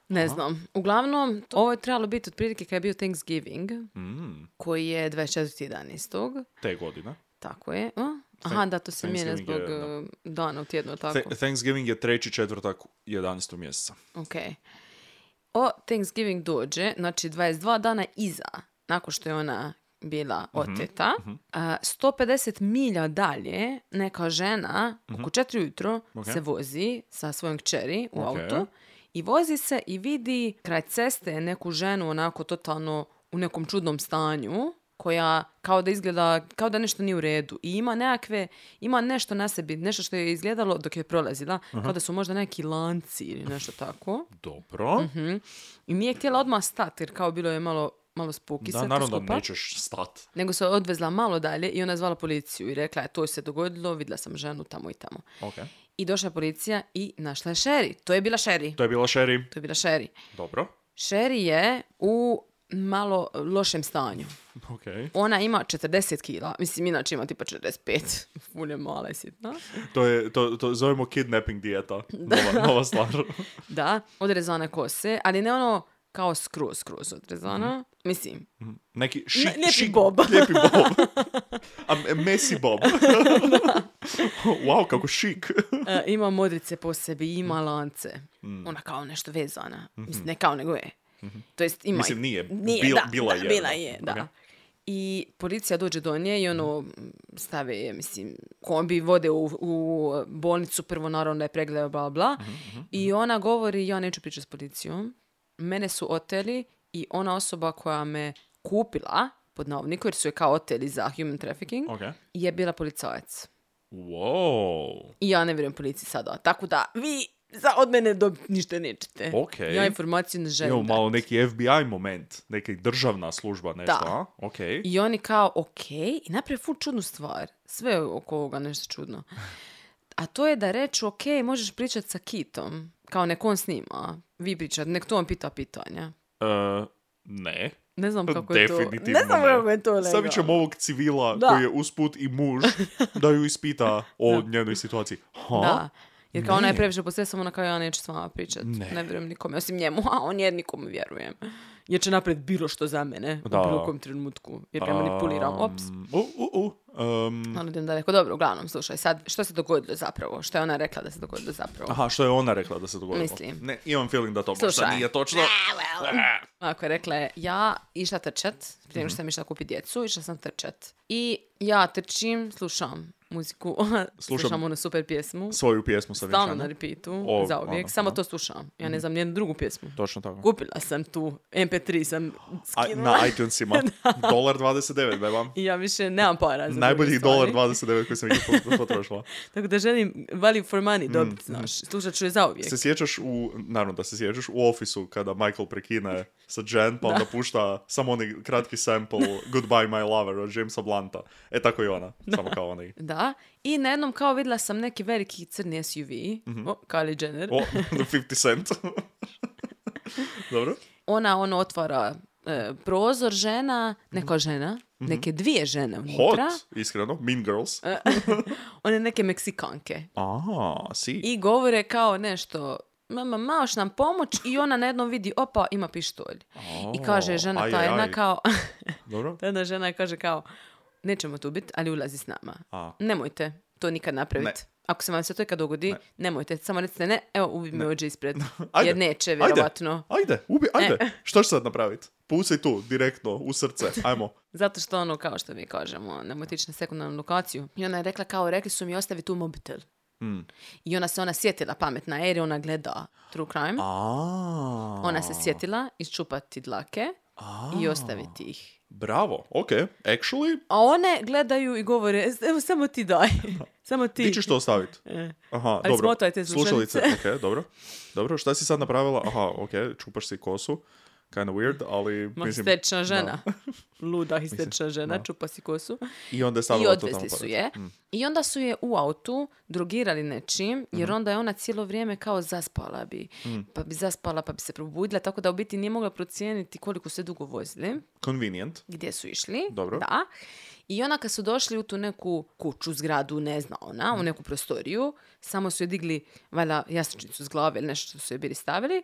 E: Ne znam. Uglavnom, to- ovo je trebalo biti otprilike kad je bio Thanksgiving,
D: Mm,
E: koji je 24.11.
D: te godine.
E: Tako je. A? Aha, da, to se mijenja zbog
D: Thanksgiving je, da.
E: eh, dana u tjednu, jel tako?
D: Th- Thanksgiving je treći četvrtak 11. mjeseca.
E: Ok. O, Thanksgiving dođe, znači 22 dana iza, nakon što je ona bila
D: Mhm,
E: oteta, a, 150 milja dalje neka žena oko 4 ujutro
D: Mhm. Ok.
E: se vozi sa svojom kćeri u
D: Ok.
E: autu i vozi se i vidi kraj ceste neku ženu onako totalno u nekom čudnom stanju koja kao da izgleda, kao da nešto nije u redu i ima nekakve, ima nešto na sebi, nešto što je izgledalo dok je prolazila, kao da su možda neki lanci ili nešto tako.
D: Dobro.
E: Mhm. I nije htjela odmah stati jer kao bilo je malo, malo
D: Da,
E: spuki sad to
D: naravno da
E: skupa.
D: nećeš stat.
E: Nego se odvezla malo dalje i ona je zvala policiju i rekla je to se dogodilo, vidjela sam ženu tamo i tamo.
D: Ok.
E: I došla je policija i našla je Sherry. To je bila Sherry.
D: To je bila Sherry.
E: To je bila Sherry.
D: Dobro.
E: Sherry je u malo lošem stanju.
D: Ok.
E: Ona ima 40 kila. Mislim, inače ima tipa <laughs> 45. Ful je mala i sitna.
D: To, je, to, to zovemo kidnapping dijeta.
E: <laughs>
D: Nova, nova stvar.
E: Da, odrezane kose, ali ne ono kao skroz, skroz odrezana. Mislim,
D: Mhm. Neki šik,
E: Ne- lijepi
D: šik-
E: bob.
D: Lijepi
E: <laughs>
D: bob. A m- messy bob. wow, kako šik.
E: <laughs> E, ima modrice po sebi, ima
D: Mhm.
E: lance. Ona kao nešto vezana. Mislim, ne kao, nego je. To jest, ima...
D: Mhm. Mislim, nije. Bil-
E: da,
D: bila
E: da,
D: je,
E: Bila
D: da.
E: je, da.
D: Ok. Mhm.
E: I policija dođe do nje i ono, m, stave je, mislim, kombi vode u, u bolnicu, prvo naravno da je pregledao, bla, bla.
D: Mhm,
E: I ona govori, ja neću pričati s policijom. Mene su oteli i ona osoba koja me kupila, pod navodniku, jer su je kao oteli za human trafficking,
D: Ok.
E: je bila policajac.
D: Wow.
E: I ja ne vjerujem policiji sada. Tako da vi za od mene dobiti ništa nećete.
D: Okej.
E: Ja informaciju ne želim.
D: Imamo
E: da.
D: malo neki FBI moment, neki državna služba, nešto,
E: Da.
D: a? Ok.
E: I oni kao, ok, i naprave ful čudnu stvar. Sve je oko ovoga nešto čudno. A to je da reču, ok, možeš pričati sa Kitom. Kao nek on snima. Vi pričate, nek to on pita pitanja.
D: E, ne.
E: Ne znam kako je to.
D: Definitivno
E: Ne znam
D: ne.
E: kako je to legalno.
D: Stavit ćemo ovog civila
E: Da.
D: koji je usput i
E: <laughs>
D: muž da ju ispita o njenoj situaciji. Ha?
E: Da. Jer kao ona je
D: Ne.
E: previše pod stresom, ona kao ja neću s vama pričati. Ne.
D: Ne.
E: vjerujem nikome, osim njemu, a on je nikome vjerujem. Jer će napred bilo što za mene
D: Da.
E: u bilo kom trenutku. Jer ga manipuliram. Ops.
D: Um, u, u, u, um,
E: Malo idem daleko. Dobro, uglavnom, slušaj, sad, što se dogodilo zapravo? Što je ona rekla da se dogodilo zapravo?
D: aha, što je ona rekla da se dogodilo?
E: Mislim.
D: Ne, imam feeling da to
E: Slušaj.
D: možda nije točno.
E: Ako je rekla je, ja išla trčat, prije
D: Mhm.
E: nego što sam išla kupiti djecu, išla sam trčat. I ja trčim, slušam muziku, <laughs> slušam, onu super pjesmu,
D: Svoju pjesmu sam
E: stalno na
D: vješana.
E: repeatu,
D: O, Mhm.
E: za uvijek,
D: ono,
E: samo
D: da.
E: to slušam. Ja ne znam nijednu drugu pjesmu.
D: Točno tako.
E: Kupila sam tu, MP3 sam
D: A,
E: skinula
D: na iTunesima. Dolar 29, beba.
E: <laughs> i ja više nemam para za
D: Najbolji
E: druge stvari.
D: dolar 29 koji sam ikad pot- potrošila.
E: Tako da želim value for money dobiti, znaš, slušat ću je za uvijek.
D: Mm, Se sjećaš u, naravno da se sjećaš, u ofisu kada Michael prekine sa Jen
E: <laughs>
D: pa onda pušta samo onaj kratki sample Goodbye My Lover od Jamesa Blanta. E tako i ona,
E: <laughs>
D: samo kao onaj.
E: Da, i na jednom kao vidjela sam neki veliki crni SUV, o, Kylie Jenner.
D: Mhm. O, <laughs> 50 cent. <laughs> Dobro.
E: Ona ono otvara e, prozor žena, neka žena, neke dvije žene
D: Mhm. Hot,
E: unutra,
D: iskreno. Mean Girls.
E: E. one neke Meksikanke.
D: Aha, si.
E: I govore kao nešto, mama, maoš nam pomoć i ona na jednom vidi, opa, ima pištolj. I kaže žena
D: aj,
E: ta
D: aj,
E: jedna
D: aj.
E: kao, <laughs>
D: Dobro.
E: ta jedna žena kaže kao, nećemo tu biti, ali ulazi s nama.
D: A.
E: Nemojte to nikad napraviti.
D: Ne.
E: Ako se vam se to ikad dogodi, nemojte, samo recite ne, evo ubi me ođe ispred,
D: <laughs> Ajde.
E: jer neće vjerovatno.
D: Ajde, ajde,
E: E.
D: ubi, ajde. Šta ćeš sad napraviti? Pucaj tu, direktno, u srce.
E: <laughs>
D: Ajmo.
E: Zato što ono, kao što mi kažemo, nemoj tići na sekundarnu lokaciju. I ona je rekla kao, rekli su mi ostavi tu mobitel.
D: Hmm.
E: I ona se ona sjetila pametna, jer je ona gleda True Crime.
D: A,
E: Ona se sjetila iščupati dlake i ostaviti ih.
D: bravo. Ok, actually,
E: A one gledaju i govore, evo samo ti daj. <laughs> samo ti. E.
D: Ti ćeš to
E: <laughs>
D: ostaviti. Aha,
E: Ali
D: dobro.
E: smotajte slušalice. <laughs>
D: ok, dobro. Dobro, šta si sad napravila? Aha, ok, čupaš si kosu. Kind of weird, ali
E: Ma,
D: mislim...
E: histerična žena. <laughs> Luda histerična žena,
D: da.
E: čupa si kosu.
D: I onda je
E: I
D: stavila to tamo
E: odvezli su
D: pored. Mm.
E: je. I onda su je u autu drogirali nečim, jer
D: Mhm.
E: onda je ona cijelo vrijeme kao zaspala bi.
D: Mm.
E: Pa bi zaspala, pa bi se probudila, tako da u biti nije mogla procijeniti koliko se dugo vozili,
D: Convenient.
E: gdje su išli.
D: Dobro.
E: Da. I ona kad su došli u tu neku kuću, zgradu, ne zna ona,
D: Mhm.
E: u neku
D: Mhm.
E: prostoriju, samo su joj digli, valjda, jasličnicu s glave ili nešto su joj bili stavili.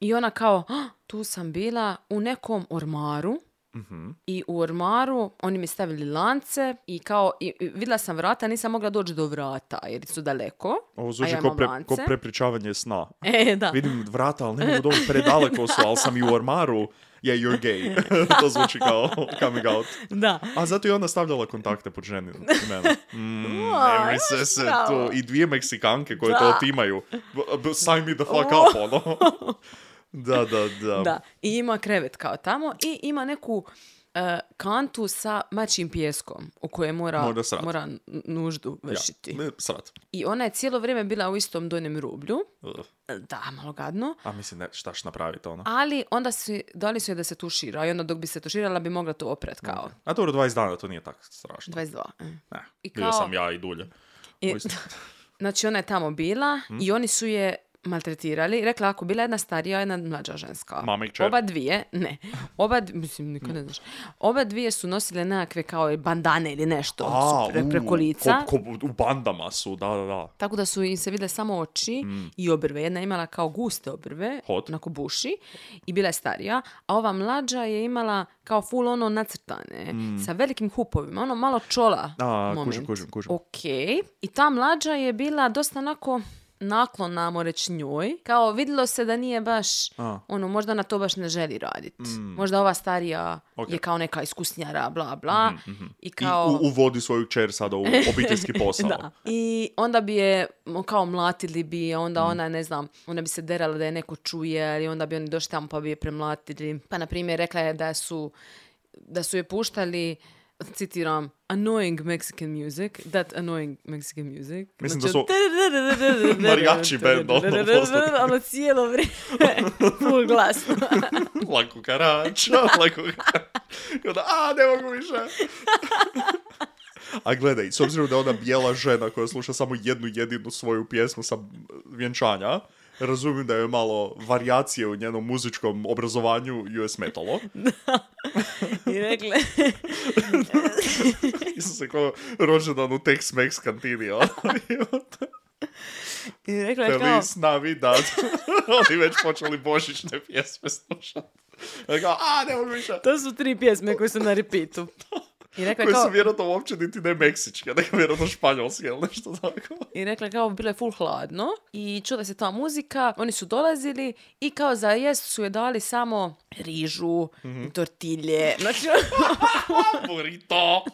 E: I ona kao, "Ah, tu sam bila u nekom ormaru
D: Mhm.
E: i u ormaru oni mi stavili lance i kao, i, i vidjela sam vrata, nisam mogla doći do vrata jer su daleko.
D: Ovo
E: a
D: zvuči
E: ja
D: ko,
E: imam
D: pre,
E: lance.
D: ko prepričavanje sna.
E: <laughs> E, da.
D: Vidim vrata, ali ne mogu doći predaleko su, ali sam i u ormaru. Yeah, you're gay. <laughs> to zvuči kao coming out.
E: da.
D: A zato je ona stavljala kontakte pod ženi. imena. Mm,
E: Ua,
D: ne
E: imaš
D: se se
E: pravo.
D: tu. I dvije Meksikanke koje to
E: Da.
D: otimaju. B- b- Sign me the fuck
E: <laughs>
D: up, ono. da, da, da.
E: Da, i ima krevet kao tamo i ima neku e, kantu sa mačim pjeskom u kojoj mora,
D: Mora srat.
E: mora n- nuždu vršiti.
D: Ne, srat.
E: I ona je cijelo vrijeme bila u istom donjem rublju.
D: Ugh.
E: Da, malo gadno.
D: A mislim, ne, šta ćeš napraviti, ono.
E: Ali onda su, dali su je da se tušira i onda dok bi se tuširala bi mogla to opret kao
D: A dobro, 20 dana, to nije tako strašno.
E: 22. e.
D: Ne,
E: I
D: bio
E: kao-
D: sam ja i dulje.
E: I- <laughs>
D: Uistinu.
E: Znači ona je tamo bila
D: Mhm.
E: i oni su je maltretirali. Rekla ako bila jedna starija, jedna mlađa ženska.
D: Mama i kćer.
E: Oba dvije, ne. Oba, d- mislim, nikad ne znaš. Oba dvije su nosile nekakve kao bandane ili nešto
D: A,
E: su pre-
D: u,
E: preko lica.
D: ko- ko- u bandama su, da, da, da.
E: Tako da su im se vidjele samo oči i obrve. Jedna je imala kao guste obrve,
D: Mm. Hot.
E: onako buši, i bila je starija, a ova mlađa je imala kao full ono nacrtane, sa velikim hupovima, ono malo čola
D: Mm. A,
E: moment.
D: kužim, kužim, kužim.
E: Ok, i ta mlađa je bila dosta onako naklon, ajmo reći njoj. Kao vidjelo se da nije baš,
D: A. Mm.
E: ono, možda na to baš ne želi raditi. Možda ova starija
D: Ok. Mhm,
E: je kao neka iskusnjara, bla, bla. I kao...
D: I u- uvodi svoju kćer sada u
E: <laughs>
D: obiteljski posao.
E: Da. I onda bi je, mo, kao mlatili bi je,
D: Mm.
E: onda ona, ne znam, ona bi se derala da je neko čuje, i onda bi oni došli tamo pa bi je premlatili. Pa, na primjer, rekla je da su, da su je puštali, citiram, annoying Mexican music, that annoying Mexican music.
D: Mislim
E: Znači,
D: da su
E: <laughs> od-
D: marijači band, ono,
E: <laughs>
D: doslovno.
E: Ono cijelo
D: <laughs>
E: vrijeme, full glasno.
D: Lako <laughs> karač, lako I onda, a, ne mogu više. <laughs> A gledaj, s obzirom da je ona bijela žena koja sluša samo jednu jedinu svoju pjesmu sa vjenčanja, razumijem da je malo varijacije u njenom muzičkom obrazovanju ju je smetalo.
E: I rekla,
D: <laughs> Mislim se kao rođendan u Tex-Mex kantini, <laughs> ono. I onda,
E: i rekla
D: Pa
E: je kao,
D: Feliz Navidad. <laughs> Oni već počeli božićne pjesme <laughs> slušati. Ja kao, a, ne mogu više.
E: to su tri pjesme koje su na repeatu. I rekla je
D: Koje
E: kao,
D: su vjerojatno uopće niti ne meksičke, nego vjerojatno španjolske ili nešto tako.
E: I rekla je kao bilo je full hladno i čula se ta muzika, oni su dolazili i kao za jest su je dali samo rižu, tortilje, znači
D: Burrito!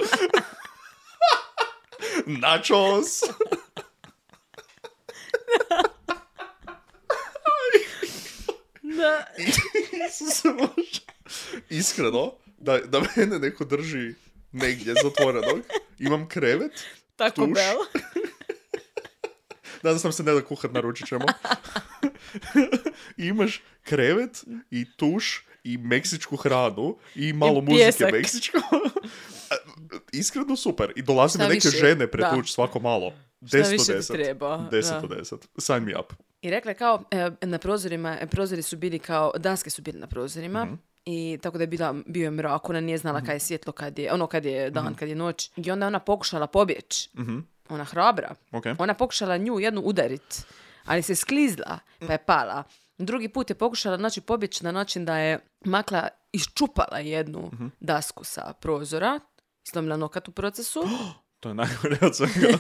D: Nachos!
E: da,
D: Isuse Bože. Iskreno, da, da mene neko drži negdje zatvorenog. Imam krevet,
E: tako
D: Tuš.
E: bel.
D: Danas nam se ne da kuhat, naručit
E: <laughs>
D: ćemo. Imaš krevet i tuš i meksičku hranu i malo
E: I
D: muzike
E: pljesak.
D: meksičko. <laughs> Iskreno super. I dolaze
E: Šta
D: mi neke
E: više?
D: žene pretuč
E: Da.
D: svako malo. 10
E: više ti
D: od 10.
E: treba,
D: 10
E: da.
D: od 10. Sign me up.
E: I rekla je kao e, na prozorima, e, prozori su bili kao, daske su bili na prozorima. I tako da je bila, bio je mrak, ona nije znala kad je svjetlo, kad je, ono kad je dan, kad je noć. I onda je ona pokušala pobjeći. Ona hrabra.
D: Ok.
E: Ona pokušala nju jednu udarit, ali se sklizla, pa je pala. Drugi put je pokušala znači, pobjeći na način da je makla, iščupala jednu dasku sa prozora, slomila nokat u procesu.
D: To je najgore od
E: <laughs>
D: svega.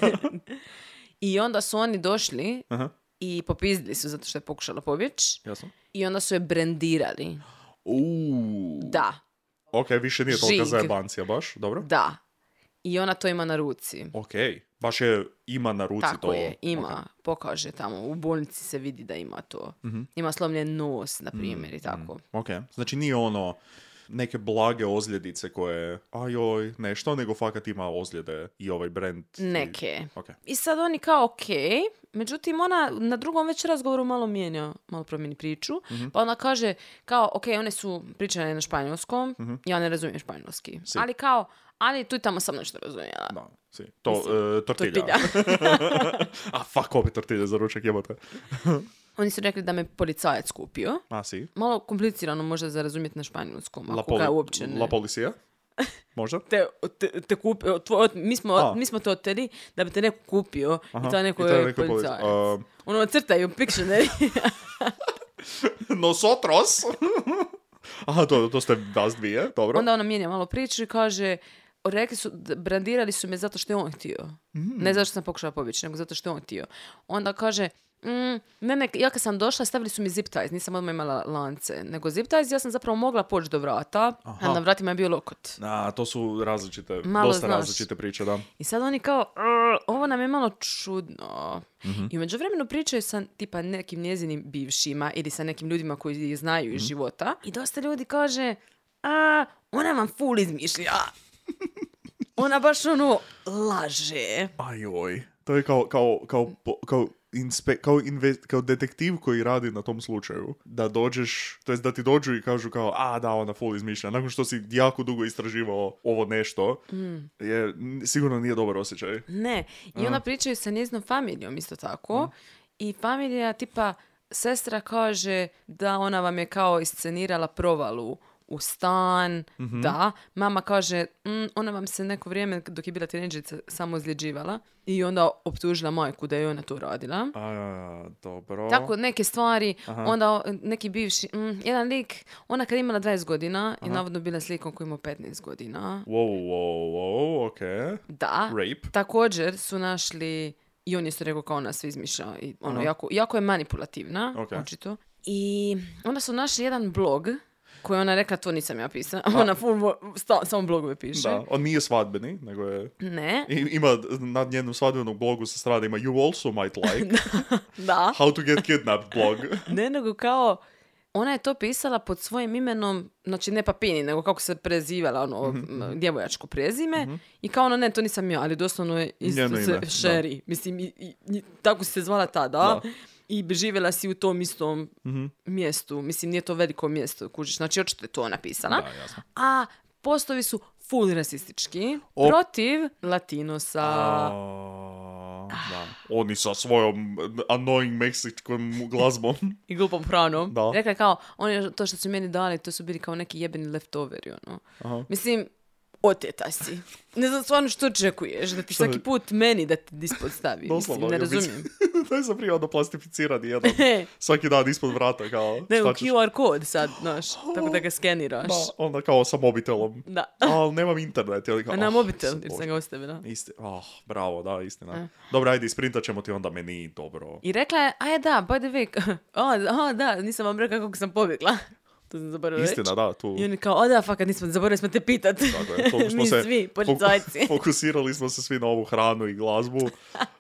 E: I onda su oni došli
D: Aha,
E: i popizdili su zato što je pokušala pobjeći.
D: jasno.
E: I onda su je brendirali.
D: Uuu.
E: Da,
D: Ok, više nije tolika
E: Žig.
D: zajebancija baš, dobro.
E: da. I ona to ima na ruci.
D: Ok, baš je ima na ruci
E: Tako
D: to.
E: je, ima, pokaže tamo. U bolnici se vidi da ima to. Ima slomljen nos, na primjer, i tako.
D: Ok, znači nije ono neke blage ozljedice koje, ajoj, nešto, nego fakat ima ozljede i ovaj brand. i-
E: Neke.
D: Ok.
E: I sad oni kao ok, međutim ona na drugom već razgovoru malo mijenja, malo promijeni priču, pa ona kaže kao ok, one su pričale na španjolskom, ja ne razumijem španjolski,
D: Si.
E: ali kao, ali tu i tamo sam nešto razumjela.
D: Da, si. To,
E: Mislim,
D: e, tortilja. <laughs>
E: tortilja.
D: A fuck, opet tortilje za ručak, jebote.
E: Oni su rekli da me policajac kupio,
D: A si?
E: malo komplicirano možda za razumjeti na španjolskom, ako
D: poli-
E: ga uopće ne...
D: La policija? <laughs> Možda?
E: te, te, te kupi, o, tvoj- o, mi, smo,
D: A.
E: mi smo te oteli da bi te neko kupio
D: Aha,
E: i to je neko,
D: i to je
E: je
D: neko policajac.
E: policajac. Ono, crtaju Pictionary.
D: <laughs> Nosotros. Aha, to, to ste nas dvije, dobro.
E: Onda ona mijenja malo priču i kaže, rekli su, d- brandirali su me zato što je on htio. Ne zato što sam pokušala pobjeći, nego zato što je on htio. Onda kaže, "Mm, ne, ne, ja kad sam došla stavili su mi zip ties, nisam odmah imala lance, nego zip ties, ja sam zapravo mogla poći do vrata, a na vratima je bio lokot.
D: A, to su različite,
E: Malo
D: dosta
E: znaš.
D: različite priče, da.
E: I sad oni kao, "Arr, ovo nam je malo čudno. I umeđu vremenu pričaju sa tipa nekim njezinim bivšima ili sa nekim ljudima koji ih znaju iz života. I dosta ljudi kaže, a, ona vam ful izmišlja. ona baš ono laže.
D: Ajoj. To je kao, kao, kao, po- kao, inspe, kao, inve- kao detektiv koji radi na tom slučaju. Da dođeš, to jest da ti dođu i kažu kao, a da, ona full izmišlja. Nakon što si jako dugo istraživao ovo nešto, je, n- sigurno nije dobar osjećaj.
E: Ne. I ona pričaju sa njezinom familijom isto tako. I familija tipa, sestra kaže da ona vam je kao iscenirala provalu u stan, da. Mama kaže, "Mm, ona vam se neko vrijeme dok je bila tineđerica samo ozljeđivala i onda optužila majku da je ona to radila.
D: A, dobro.
E: Tako, neke stvari, onda o- neki bivši, mm, jedan lik, ona kad je imala 20 godina je navodno bila slikom koji ima 15 godina.
D: Wow, wow, wow, okej.
E: Da.
D: Rape.
E: Također su našli, i on je isto rekao kao ona sve izmišlja, i ono, jako, jako je manipulativna,
D: Ok.
E: očito. I onda su našli jedan blog, koji je ona rekla, to nisam ja pisala. <laughs> Ona full vo- sta- samo blogove piše.
D: Da, on nije svadbeni, nego je...
E: Ne,
D: i- Ima na njenom svadbenom blogu sa strane ima You also might like
E: da.
D: How to get kidnapped blog.
E: <laughs> Ne, nego kao, ona je to pisala pod svojim imenom, znači ne papini, nego kako se prezivala, ono,
D: Mhm,
E: m, djevojačko prezime. I kao ono, ne, to nisam ja, ali doslovno je isto
D: Njeno
E: se
D: ime, da.
E: Sherry. Mislim, i, i- i tako si se zvala tada. I živjela si u tom istom
D: Mhm.
E: mjestu. Mislim, nije to veliko mjesto, kužiš. Znači, očito je to napisala.
D: Da, jasno.
E: A postovi su full rasistički
D: O-
E: protiv latinosa.
D: A, da. Oni sa svojom annoying meksičkom glazbom. <laughs>
E: i glupom hranom.
D: Da.
E: Rekla je kao, oni to što su meni dali, to su bili kao neki jebeni leftoveri, ono. Mislim, oteta si. Ne znam stvarno što očekuješ, da ti svaki
D: bi-
E: put meni da ti dispod stavi. Mislim, ne
D: ja mislim.
E: razumijem.
D: to je zapravo plastificirani
E: <laughs>
D: jedan. Svaki dan ispod vrata kao.
E: Nego
D: šta ćeš-
E: QR kod sad, znaš, tako
D: <gasps>
E: da ga skeniraš.
D: Da, onda kao sa mobitelom.
E: Da.
D: Ali nemam internet. Ili kao,
E: A na
D: "Ah,
E: mobitel,
D: Bože."
E: jer sam ga ostavila.
D: Isti, oh, bravo, da, istina. Dobro, ajde, isprintat ćemo ti onda meni, dobro.
E: I rekla je, aj da, by the way, <laughs> a, a, da, nisam vam rekla kako sam pobjegla. <laughs> To sam zaboravila reći.
D: Istina, da, tu.
E: I oni kao, o da, fakat, nismo, zaboravili smo te pitat. <laughs>
D: Tako je, toliko smo
E: Mi
D: se
E: svi,
D: foku- <laughs>
E: policajci.
D: Fokusirali smo se svi na ovu hranu i
E: <laughs>
D: glazbu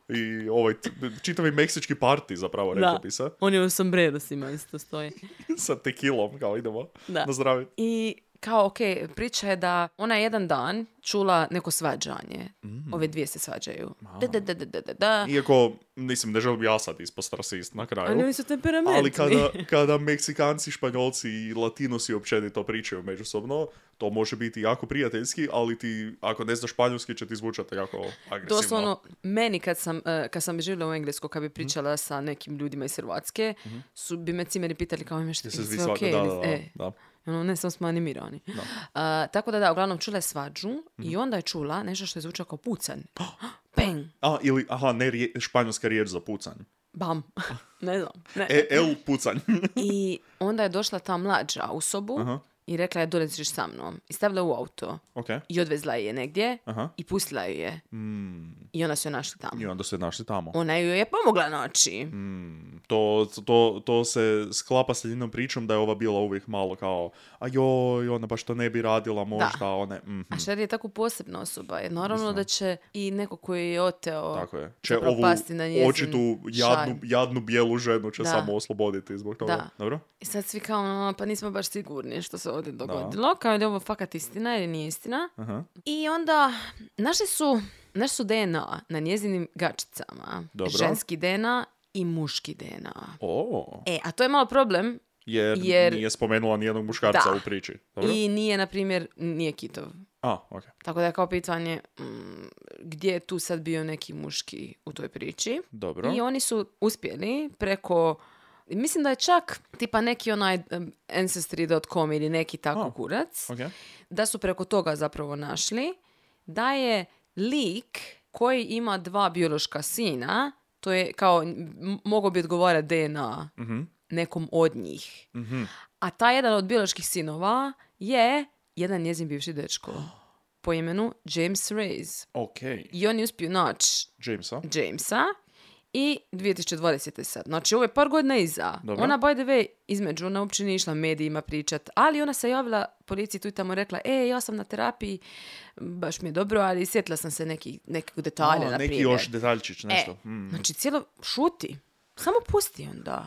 D: i ovaj t- čitavi meksički parti zapravo rekao
E: Da,
D: bi se
E: on je u sombrerosima isto stoji.
D: sa tekilom kao idemo
E: Da.
D: na zdravi.
E: I kao, ok, priča je da ona je jedan dan čula neko svađanje.
D: Mm.
E: Ove dvije se svađaju. Da, da, da, da, da, da, da.
D: Iako, mislim, ne želim ja sad ispast rasist na
E: Ali
D: kraju.
E: oni su temperamentni.
D: Ali kada,
E: <laughs>
D: kada Meksikanci, Španjolci i Latinosi općenito pričaju međusobno, to može biti jako prijateljski, ali ti, ako ne znaš španjolski, će ti zvučati jako agresivno.
E: Doslovno, ono, meni kad sam, eh, kad sam živjela u Engleskoj, kad bi
D: Mhm.
E: pričala sa nekim ljudima iz Hrvatske, su bi me cimeri pitali kao imaš ti
D: Jesi vi
E: sve
D: svako-
E: okej?
D: da,
E: ili-
D: da, da,
E: e,
D: da.
E: Ono, ne, samo smo animirani. A, tako da, da, uglavnom čula je svađu
D: Mhm.
E: i onda je čula nešto što je zvučao kao
D: <gasps>
E: pucan. <gasps> Bang!
D: A, ili, aha, ne, rije- španjolska riječ za pucanj. <gasps>
E: Bam! <laughs> ne znam. Ne.
D: E, el pucanj. <laughs>
E: I onda je došla ta mlađa u sobu i rekla je dolaziš sa mnom. I stavila u auto.
D: ok.
E: I odvezla je negdje
D: Aha. Mm.
E: i pustila ju je. I ona se joj našla tamo.
D: I onda se našli tamo.
E: Ona ju je pomogla naći.
D: Mm. To, to, to se sklapa sa njenom pričom da je ova bila uvijek malo kao a joj, ona baš to ne bi radila možda, ona je, mhm.
E: A Sherry je tako posebna osoba. Jer naravno da će i neko koji je oteo
D: Tako je. Će ovu
E: propasti na njezin
D: očitu
E: šalj.
D: jadnu, jadnu bijelu ženu će
E: Da.
D: samo osloboditi zbog toga.
E: Da.
D: Dobro?
E: I sad svi kao, "A, pa nismo baš sigurni što se ovdje dogodilo. Kao je li ovo fakat istina ili nije istina.
D: Aha.
E: I onda našli su, našli su DNA na njezinim gačicama.
D: Dobro.
E: Ženski DNA i muški DNA.
D: O,
E: E, a to je malo problem
D: jer,
E: Jer-
D: nije spomenula nijednog muškarca
E: Da.
D: u priči. Dobro?
E: i nije, na primjer, nije kitov.
D: A, ok.
E: Tako da je kao pitanje mm, gdje je tu sad bio neki muški u toj priči.
D: Dobro.
E: I oni su uspjeli preko, mislim da je čak tipa neki onaj em, ancestry.com ili neki tako
D: A.
E: kurac,
D: Ok.
E: da su preko toga zapravo našli da je lik koji ima
D: Mhm.
E: dva biološka sina, to je kao, m- mogao bi odgovarati DNA nekom od njih. A taj jedan od bioloških sinova je jedan njezin bivši dečko po imenu James Reyes.
D: Ok,
E: I on je uspio naći
D: Jamesa.
E: Jamesa i 2020. sad. Znači, ovo je par godina iza.
D: Dobro.
E: Ona, by the way, između ona uopće nije išla medijima pričat, ali ona se javila policiji tu i tamo rekla, e, ja sam na terapiji, baš mi je dobro, ali sjetila sam se nekih nekog detalja,
D: A,
E: na
D: neki
E: primjer."
D: još detaljčić, nešto.
E: E,
D: Mm.
E: znači, cijelo, šuti. Samo pusti onda.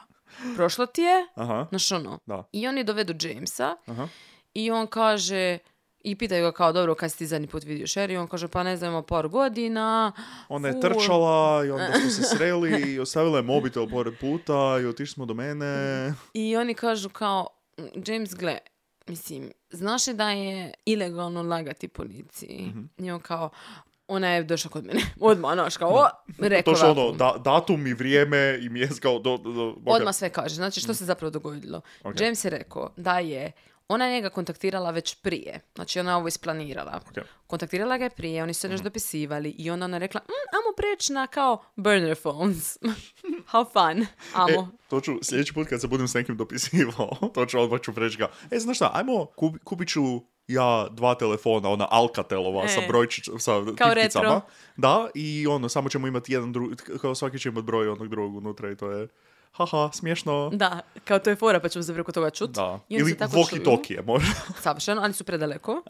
E: Prošlo ti je,
D: Aha.
E: znaš ono.
D: Da.
E: I oni dovedu Jamesa
D: Aha.
E: i on kaže, i pitaju ga kao, dobro, kad si ti zadnji put vidio Sherry? On kaže, pa ne znam, ima par godina.
D: Ona
E: ful."
D: je trčala i onda smo se sreli i ostavila je mobitel pored puta i otišli smo do mene.
E: I oni kažu kao, James, gle, mislim, znaš li da je ilegalno lagati policiji?
D: Mhm.
E: I on kao, ona je došla kod mene, <laughs> odmah, znaš, kao, o, rekao
D: Točno ono,
E: ovako.
D: da, datum i vrijeme i mjez kao do... do, do Boga. Mm.
E: Odmah sve kaže. Znači, što se zapravo dogodilo? James je rekao da je ona njega kontaktirala već prije. Znači, ona je ovo isplanirala.
D: Ok. Mhm.
E: Kontaktirala ga je prije, oni su se još dopisivali i onda ona rekla, mm, amo preći na kao burner phones. <laughs> How fun.
D: E,
E: Amo.
D: to ću sljedeći put kad se budem s nekim dopisivao, <laughs> to ću odmah ću preći ga. E, znaš šta, ajmo, kup, kupit ću ja dva telefona, ona Alcatelova sa
E: E.
D: brojčić, sa
E: Kao
D: tipkicama.
E: retro.
D: Da, i ono, samo ćemo imati jedan drugi, kao svaki će imati broj onog drugog unutra i to je, haha, smiješno.
E: Da, kao to je fora, pa ćemo se preko toga čut.
D: Da.
E: I oni
D: Ili
E: se tako čuju.
D: walkie-talkie, možda.
E: Savršeno, ali su predaleko.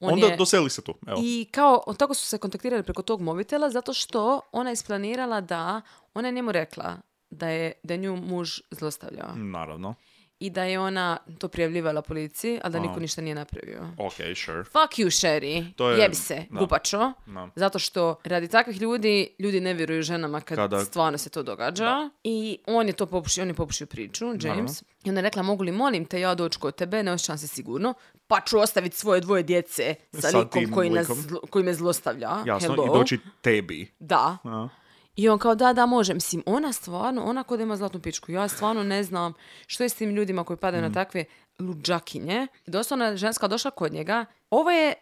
E: On
D: Onda
E: je-
D: doseli se tu, evo.
E: I kao, on- tako su se kontaktirali preko tog mobitela zato što ona je isplanirala da, ona je njemu rekla da je, da je nju muž zlostavljao.
D: Naravno.
E: I da je ona to prijavljivala policiji, a da niko ništa nije napravio.
D: Ok, sure.
E: Fuck you, Sherry.
D: To je-
E: Jebi se,
D: da.
E: gupačo.
D: Da.
E: Zato što radi takvih ljudi, ljudi ne vjeruju ženama kad
D: Kada-
E: stvarno se to događa. I on je to popušio, on je popušio priču, James. I ona je rekla, mogu li molim te ja doći kod tebe, ne osjećam se sigurno. Pa ću ostaviti svoje dvoje djece sa,
D: Sa
E: likom
D: tim
E: koji, nas
D: likom."
E: zlo- koji me zlostavlja.
D: Jasno,
E: Hello.
D: i doći tebi.
E: Da.
D: A.
E: I on kao, da, da, može. Mislim, ona stvarno, ona kod ima zlatnu pičku. Ja stvarno ne znam što je s tim ljudima koji padaju
D: Mm.
E: na takve luđakinje. Doslovno je ženska došla kod njega. Ovo je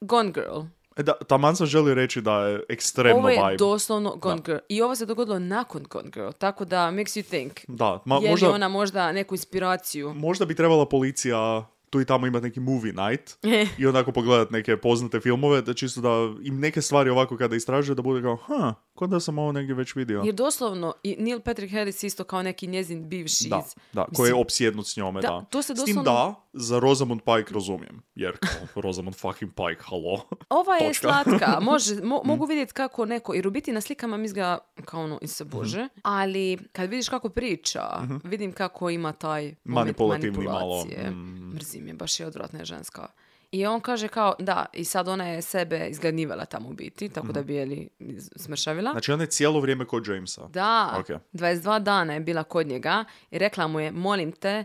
E: Gone Girl.
D: E, Da, taman sam želio reći da je ekstremno
E: Ovo je
D: vibe.
E: doslovno Gone Girl. I ovo se dogodilo nakon Gone Girl. Tako da, makes you think.
D: Da, ma,
E: je
D: možda,
E: li ona možda neku inspiraciju?
D: možda bi trebala policija tu i tamo imati neki movie
E: <laughs>
D: night i onako pogledat neke poznate filmove, da čisto da im neke stvari ovako kada istražuje da bude kao, ha, kod da sam ovo negdje već vidio.
E: Jer doslovno, i Neil Patrick Harris isto kao neki njezin bivši
D: Da,
E: iz...
D: da, koji je
E: Mislim,
D: opsjednut s njome,
E: Da,
D: da.
E: to se
D: S tim
E: doslovno-
D: da, za Rosamund Pike razumijem, jer kao Rosamund fucking Pike, halo.
E: <laughs> Ova je
D: Točka.
E: slatka,
D: <laughs>
E: može,
D: Mm.
E: mo- mogu vidjeti kako neko, jer u biti na slikama mi izgleda kao ono, se bože,
D: Mhm.
E: ali kad vidiš kako priča, vidim kako ima taj moment
D: Manipulativni malo,
E: manipulacije.
D: mm.
E: Mrzim je, baš je odvratna je ženska. I on kaže kao, da, i sad ona je sebe izgladnjivala tamo u biti,
D: Mhm.
E: tako da bi je li smršavila.
D: Znači, ona je cijelo vrijeme kod Jamesa.
E: Da,
D: Ok.
E: 22 dana je bila kod njega i rekla mu je, molim te,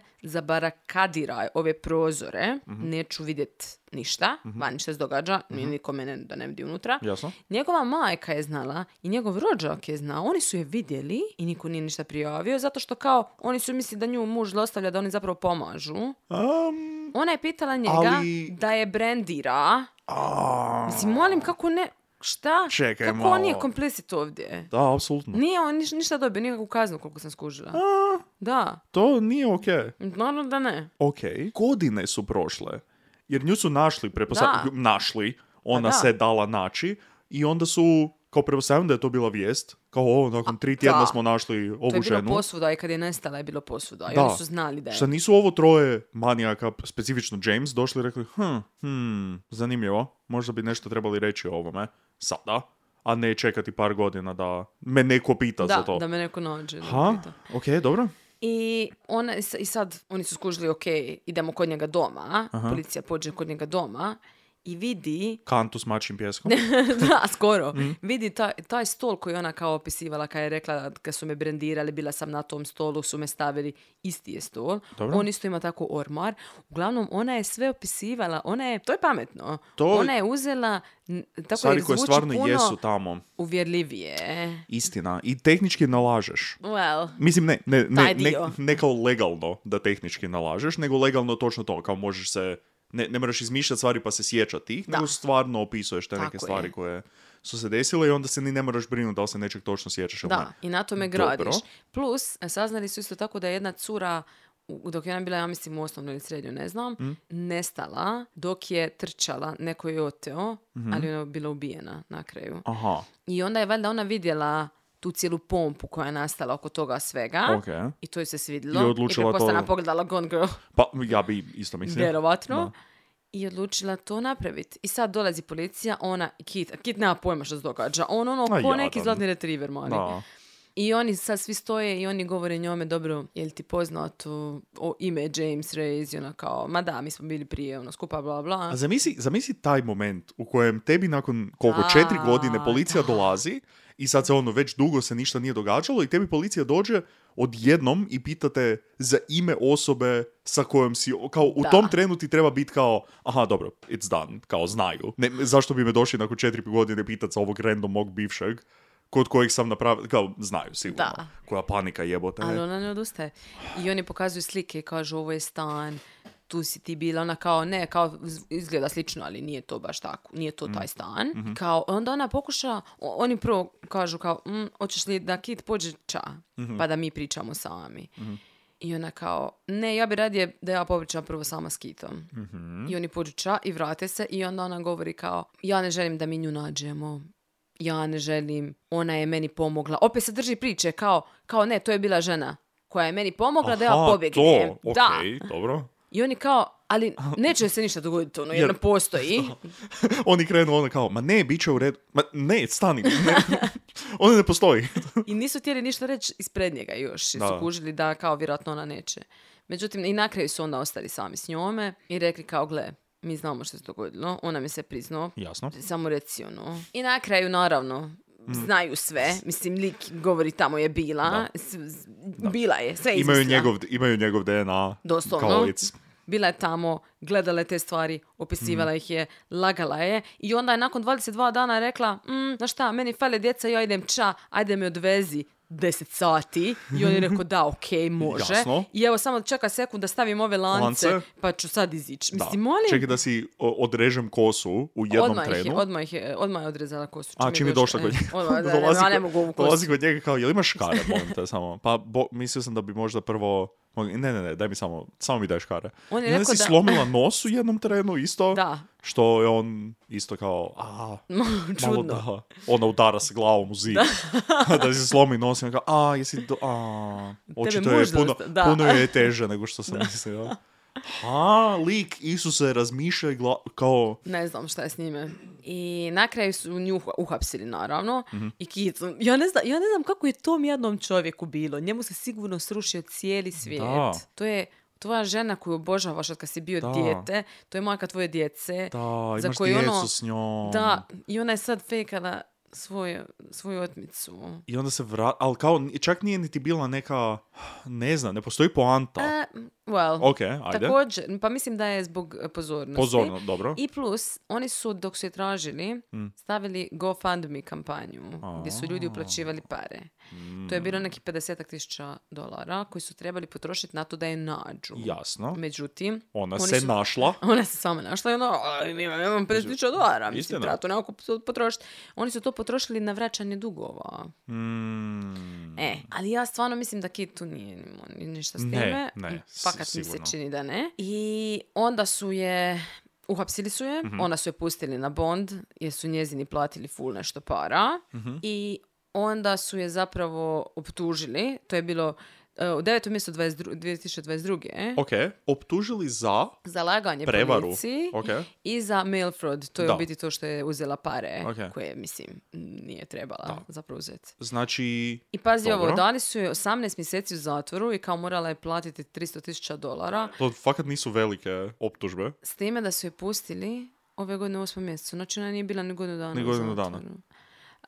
E: zabarakadiraj ove prozore,
D: Mhm.
E: neću vidjet ništa, vani što se događa, ni niko mene da ne vidi unutra.
D: Jasno.
E: Njegova majka je znala i njegov rođak je znao, oni su je vidjeli i niko nije ništa prijavio, zato što kao, oni su mislili da nju muž zlostavlja, da oni zapravo pomažu.
D: Um,
E: Ona je pitala njega
D: Ali-
E: da je brandira.
D: a,
E: Mislim, molim, kako ne, šta?
D: Čekaj
E: kako on
D: malo.
E: nije komplicit ovdje?
D: da, apsolutno.
E: Nije on niš- ništa dobio, nikakvu kaznu koliko sam skužila. Da,
D: To nije okej.
E: naravno da ne.
D: ok, godine su prošle, jer nju su našli,
E: Da.
D: prepostavljam, našli,
E: Pa da.
D: ona se dala naći i onda su, kao prepostavljam da je to bila vijest, kao o, nakon tri tjedna
E: da.
D: smo našli ovu
E: To je bilo
D: ženu.
E: posvuda i kad je nestala je bilo posvuda. I
D: Da.
E: oni su znali da je.
D: Šta nisu ovo troje manijaka, specifično James, došli i rekli, hm, hm, zanimljivo, možda bi nešto trebali reći o ovome, sada, a ne čekati par godina da me neko pita
E: da,
D: za to.
E: da me neko nađe. da
D: ha,
E: pita.
D: ok, dobro.
E: I, ona, I sad oni su skužili, ok, idemo kod njega doma. Policija pođe kod njega doma i vidi,
D: Kantu s mačim
E: <laughs>
D: pjeskom.
E: da, skoro,
D: Mm.
E: vidi taj, taj stol koji je ona kao opisivala kad je rekla da kad su me brendirali, bila sam na tom stolu, su me stavili, isti je stol.
D: Dobro.
E: On isto ima tako ormar. Uglavnom, ona je sve opisivala, ona je, to je pametno,
D: To-
E: ona je uzela, n- tako
D: Stvari
E: jer
D: koje
E: zvuči
D: stvarno
E: puno
D: jesu tamo.
E: uvjerljivije.
D: Istina. I tehnički nalažeš.
E: Well,
D: Mislim, ne, ne, ne,
E: Taj
D: ne,
E: dio.
D: ne kao legalno da tehnički nalažeš, nego legalno točno to, kao možeš se ne, ne moraš izmišljati stvari pa se sjećati tih, nego stvarno opisuješ te neke
E: Tako
D: stvari
E: je.
D: koje su se desile i onda se ni ne moraš brinuti da li se nečeg točno sjećaš. ili
E: Da,
D: ne.
E: i na tome
D: Dobro.
E: gradiš. Plus, e, saznali su isto tako da je jedna cura, u- dok je ona bila, ja mislim, u osnovnoj ili srednjoj, ne znam,
D: Mm.
E: nestala dok je trčala, neko je oteo,
D: Mhm.
E: ali ona je bila ubijena na kraju.
D: Aha,
E: I onda je valjda ona vidjela tu cijelu pompu koja je nastala oko toga svega.
D: ok.
E: I to je se svidjelo.
D: I odlučila
E: I pretpostavljam
D: to-
E: pogledala Gone
D: <laughs>
E: Girl,
D: Pa ja bi isto mislio.
E: vjerovatno.
D: Da.
E: I odlučila to napraviti. I sad dolazi policija, ona i Kit. a Kit nema pojma što se događa. On ono ko
D: jadan.
E: neki zlatni retriever, mali.
D: Da.
E: I oni sad svi stoje i oni govore njome, dobro, je li ti poznato o ime James Reyes? I ona kao, ma da, mi smo bili prije, ono, skupa, bla, bla.
D: A zamisli, zamisli taj moment u kojem tebi nakon koliko
E: Da,
D: četiri godine policija dolazi i sad se ono već dugo se ništa nije događalo i tebi policija dođe odjednom i pitate za ime osobe sa kojom si, kao u
E: Da.
D: tom trenu ti treba biti kao, aha dobro, it's done, kao znaju. Ne, zašto bi me došli nakon četiri godine pitat za ovog random mog bivšeg kod kojeg sam napravio, kao znaju sigurno.
E: Da.
D: Koja panika jebote.
E: Ali ona ne odustaje. I oni pokazuju slike i kažu, ovo je stan, tu si ti bila. Ona kao, ne, kao z- izgleda slično, ali nije to baš tako, nije to taj stan. Kao, onda ona pokuša, o- oni prvo kažu kao, "Mm, hoćeš li da Kit pođe ča, pa da mi pričamo sami. I ona kao, ne, ja bi radije da ja popričam prvo sama s Kitom.
D: Mhm.
E: I oni pođu ča i vrate se i onda ona govori kao, ja ne želim da mi nju nađemo. Ja ne želim, ona je meni pomogla. Opet se drži priče kao, kao ne, to je bila žena koja je meni pomogla da ja
D: Aha,
E: pobjegnem.
D: to, ok,
E: Da.
D: dobro.
E: I oni kao,
D: <laughs>
E: ali neće se ništa dogoditi, ono, jer ne
D: Jer- <laughs>
E: postoji.
D: Oni krenu ono kao, ma ne, bit će u redu. Ma ne, stani.
E: <laughs>
D: Ne. Ona ne postoji.
E: I nisu htjeli ništa reći ispred njega još. I
D: Da.
E: su kužili da kao vjerojatno ona neće. Međutim, i na kraju su onda ostali sami s njome i rekli kao, gle, mi znamo što se dogodilo, ona mi se priznao,
D: Jasno.
E: samo reci ono. I na kraju, naravno,
D: Mm.
E: znaju sve. Mislim, lik govori tamo je bila. s- s- Bila je, sve je
D: Imaju
E: izmislila.
D: njegov, imaju njegov DNA.
E: Doslovno.
D: Kao lic.
E: Bila je tamo, gledala je te stvari, opisivala
D: Mm.
E: ih je, lagala je i onda je nakon 22 dana rekla, mm, znaš šta, meni fale djeca, ja idem ča, ajde me odvezi 10 sati. I on
D: <laughs>
E: je rekao, da, okej, može.
D: Jasno.
E: I evo, samo čeka sekund da stavim ove lance,
D: Lance.
E: pa ću sad izići.
D: Da.
E: Mislim, molim,
D: Čekaj da si o- odrežem kosu u jednom
E: odmah, ih
D: trenu.
E: je, odmah, ih je, odmah je odrezala kosu.
D: A čim je došla kod njega? <laughs>
E: njega? Odmah, e, ono, da,
D: dolazi,
E: ja ne
D: kod-
E: mogu ovu kosu.
D: dolazi kod njega kao, jel imaš
E: <laughs>
D: škare, molim te samo? Pa bo, mislio sam da bi možda prvo... Ne, ne, ne, daj mi samo, samo mi daj škare.
E: On je
D: I onda
E: rekao
D: si
E: da-
D: slomila nos u jednom trenu isto,
E: Da.
D: što je on isto kao,
E: <laughs>
D: a,
E: Čudno.
D: Malo da, ona udara se glavom u zid. <laughs> Da, se slomi nos i ona kao, a, jesi, do, a, očito je
E: možda
D: puno,
E: osta- da.
D: puno je teže nego što sam mislio. Ha, lik Isuse razmišlja i gla- kao,
E: Ne znam šta je s njime. I na kraju su nju uha- uhapsili, naravno.
D: Mhm.
E: I kicu. Ja ne, znam, ja ne znam kako je tom jednom čovjeku bilo. Njemu se sigurno srušio cijeli svijet.
D: Da.
E: To je tvoja žena koju obožavaš od kad si bio
D: Da.
E: dijete. To je majka tvoje djece.
D: da,
E: za
D: imaš
E: koju
D: djecu
E: ono,
D: s njom.
E: Da, i ona je sad fejkala svoje, svoju otmicu.
D: I onda se vrat, ali kao, čak nije niti bila neka, ne znam, ne postoji poanta.
E: E, well,
D: ok, ajde.
E: također, pa mislim da je zbog e, pozornosti.
D: Pozorno, dobro.
E: I plus, oni su, dok su je tražili, stavili GoFundMe kampanju, gdje su ljudi uplaćivali pare. To je
D: Mm.
E: bilo neki 50 tisuća dolara koji su trebali potrošiti na to da je nađu.
D: Jasno.
E: Međutim,
D: Ona
E: oni
D: se
E: su- <laughs>
D: našla.
E: Ona se sama našla i ono, "Aj, imam imam 50 tisuća dolara, mislim,
D: Istina.
E: treba to nekako potrošiti. Oni su to potrošili na vraćanje dugova.
D: Mm,
E: E, ali ja stvarno mislim da Kit tu nije imao ni- ništa s
D: Ne,
E: time.
D: ne, s-
E: Fakat mi se
D: sigurno.
E: čini da ne. I onda su je, uhapsili su je,
D: Mhm.
E: onda su je pustili na bond, jer su njezini platili ful nešto para.
D: Mhm.
E: I onda su je zapravo optužili, to je bilo e, u 9. mjestu 22 2022.
D: ok, optužili za,
E: Za laganje
D: Prevaru,
E: policiji
D: ok.
E: i za mail fraud. To je
D: Da.
E: u biti to što je uzela pare
D: Ok.
E: koje, mislim, nije trebala zapravo uzeti.
D: znači,
E: I pazi ovo,
D: Dobro.
E: dali su joj 18 mjeseci u zatvoru i kao morala je platiti 300 tisuća dolara,
D: to fakat nisu velike optužbe.
E: s time da su je pustili ove godine u osmom mjesecu. Znači ona nije bila ni godinu dana
D: Ni
E: u
D: godinu
E: zatvoru.
D: dana.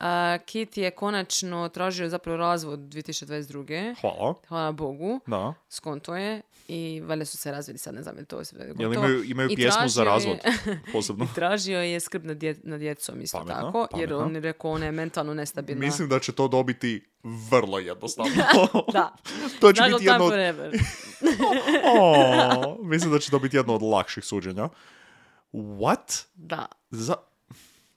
E: A, Kit je konačno tražio zapravo razvod 2022.
D: Hvala.
E: Hvala Bogu.
D: Da.
E: Skonto je i valjda su se razvili sad, ne znam je li to sve
D: Jel
E: gotovo.
D: imaju, imaju
E: I
D: pjesmu za
E: tražio je-
D: razvod?
E: <laughs>
D: Posebno.
E: Tražio je skrb nad, dje, nad djecom isto
D: Pametno,
E: tako, jer
D: pametno.
E: on je rekao ona je mentalno nestabilna.
D: Mislim da će to dobiti vrlo jednostavno.
E: <laughs> da.
D: <laughs> to će
E: Nažal
D: biti jedno
E: time
D: od...
E: forever. <laughs>
D: O, mislim da će to biti jedno od lakših suđenja. What?
E: Da.
D: Za...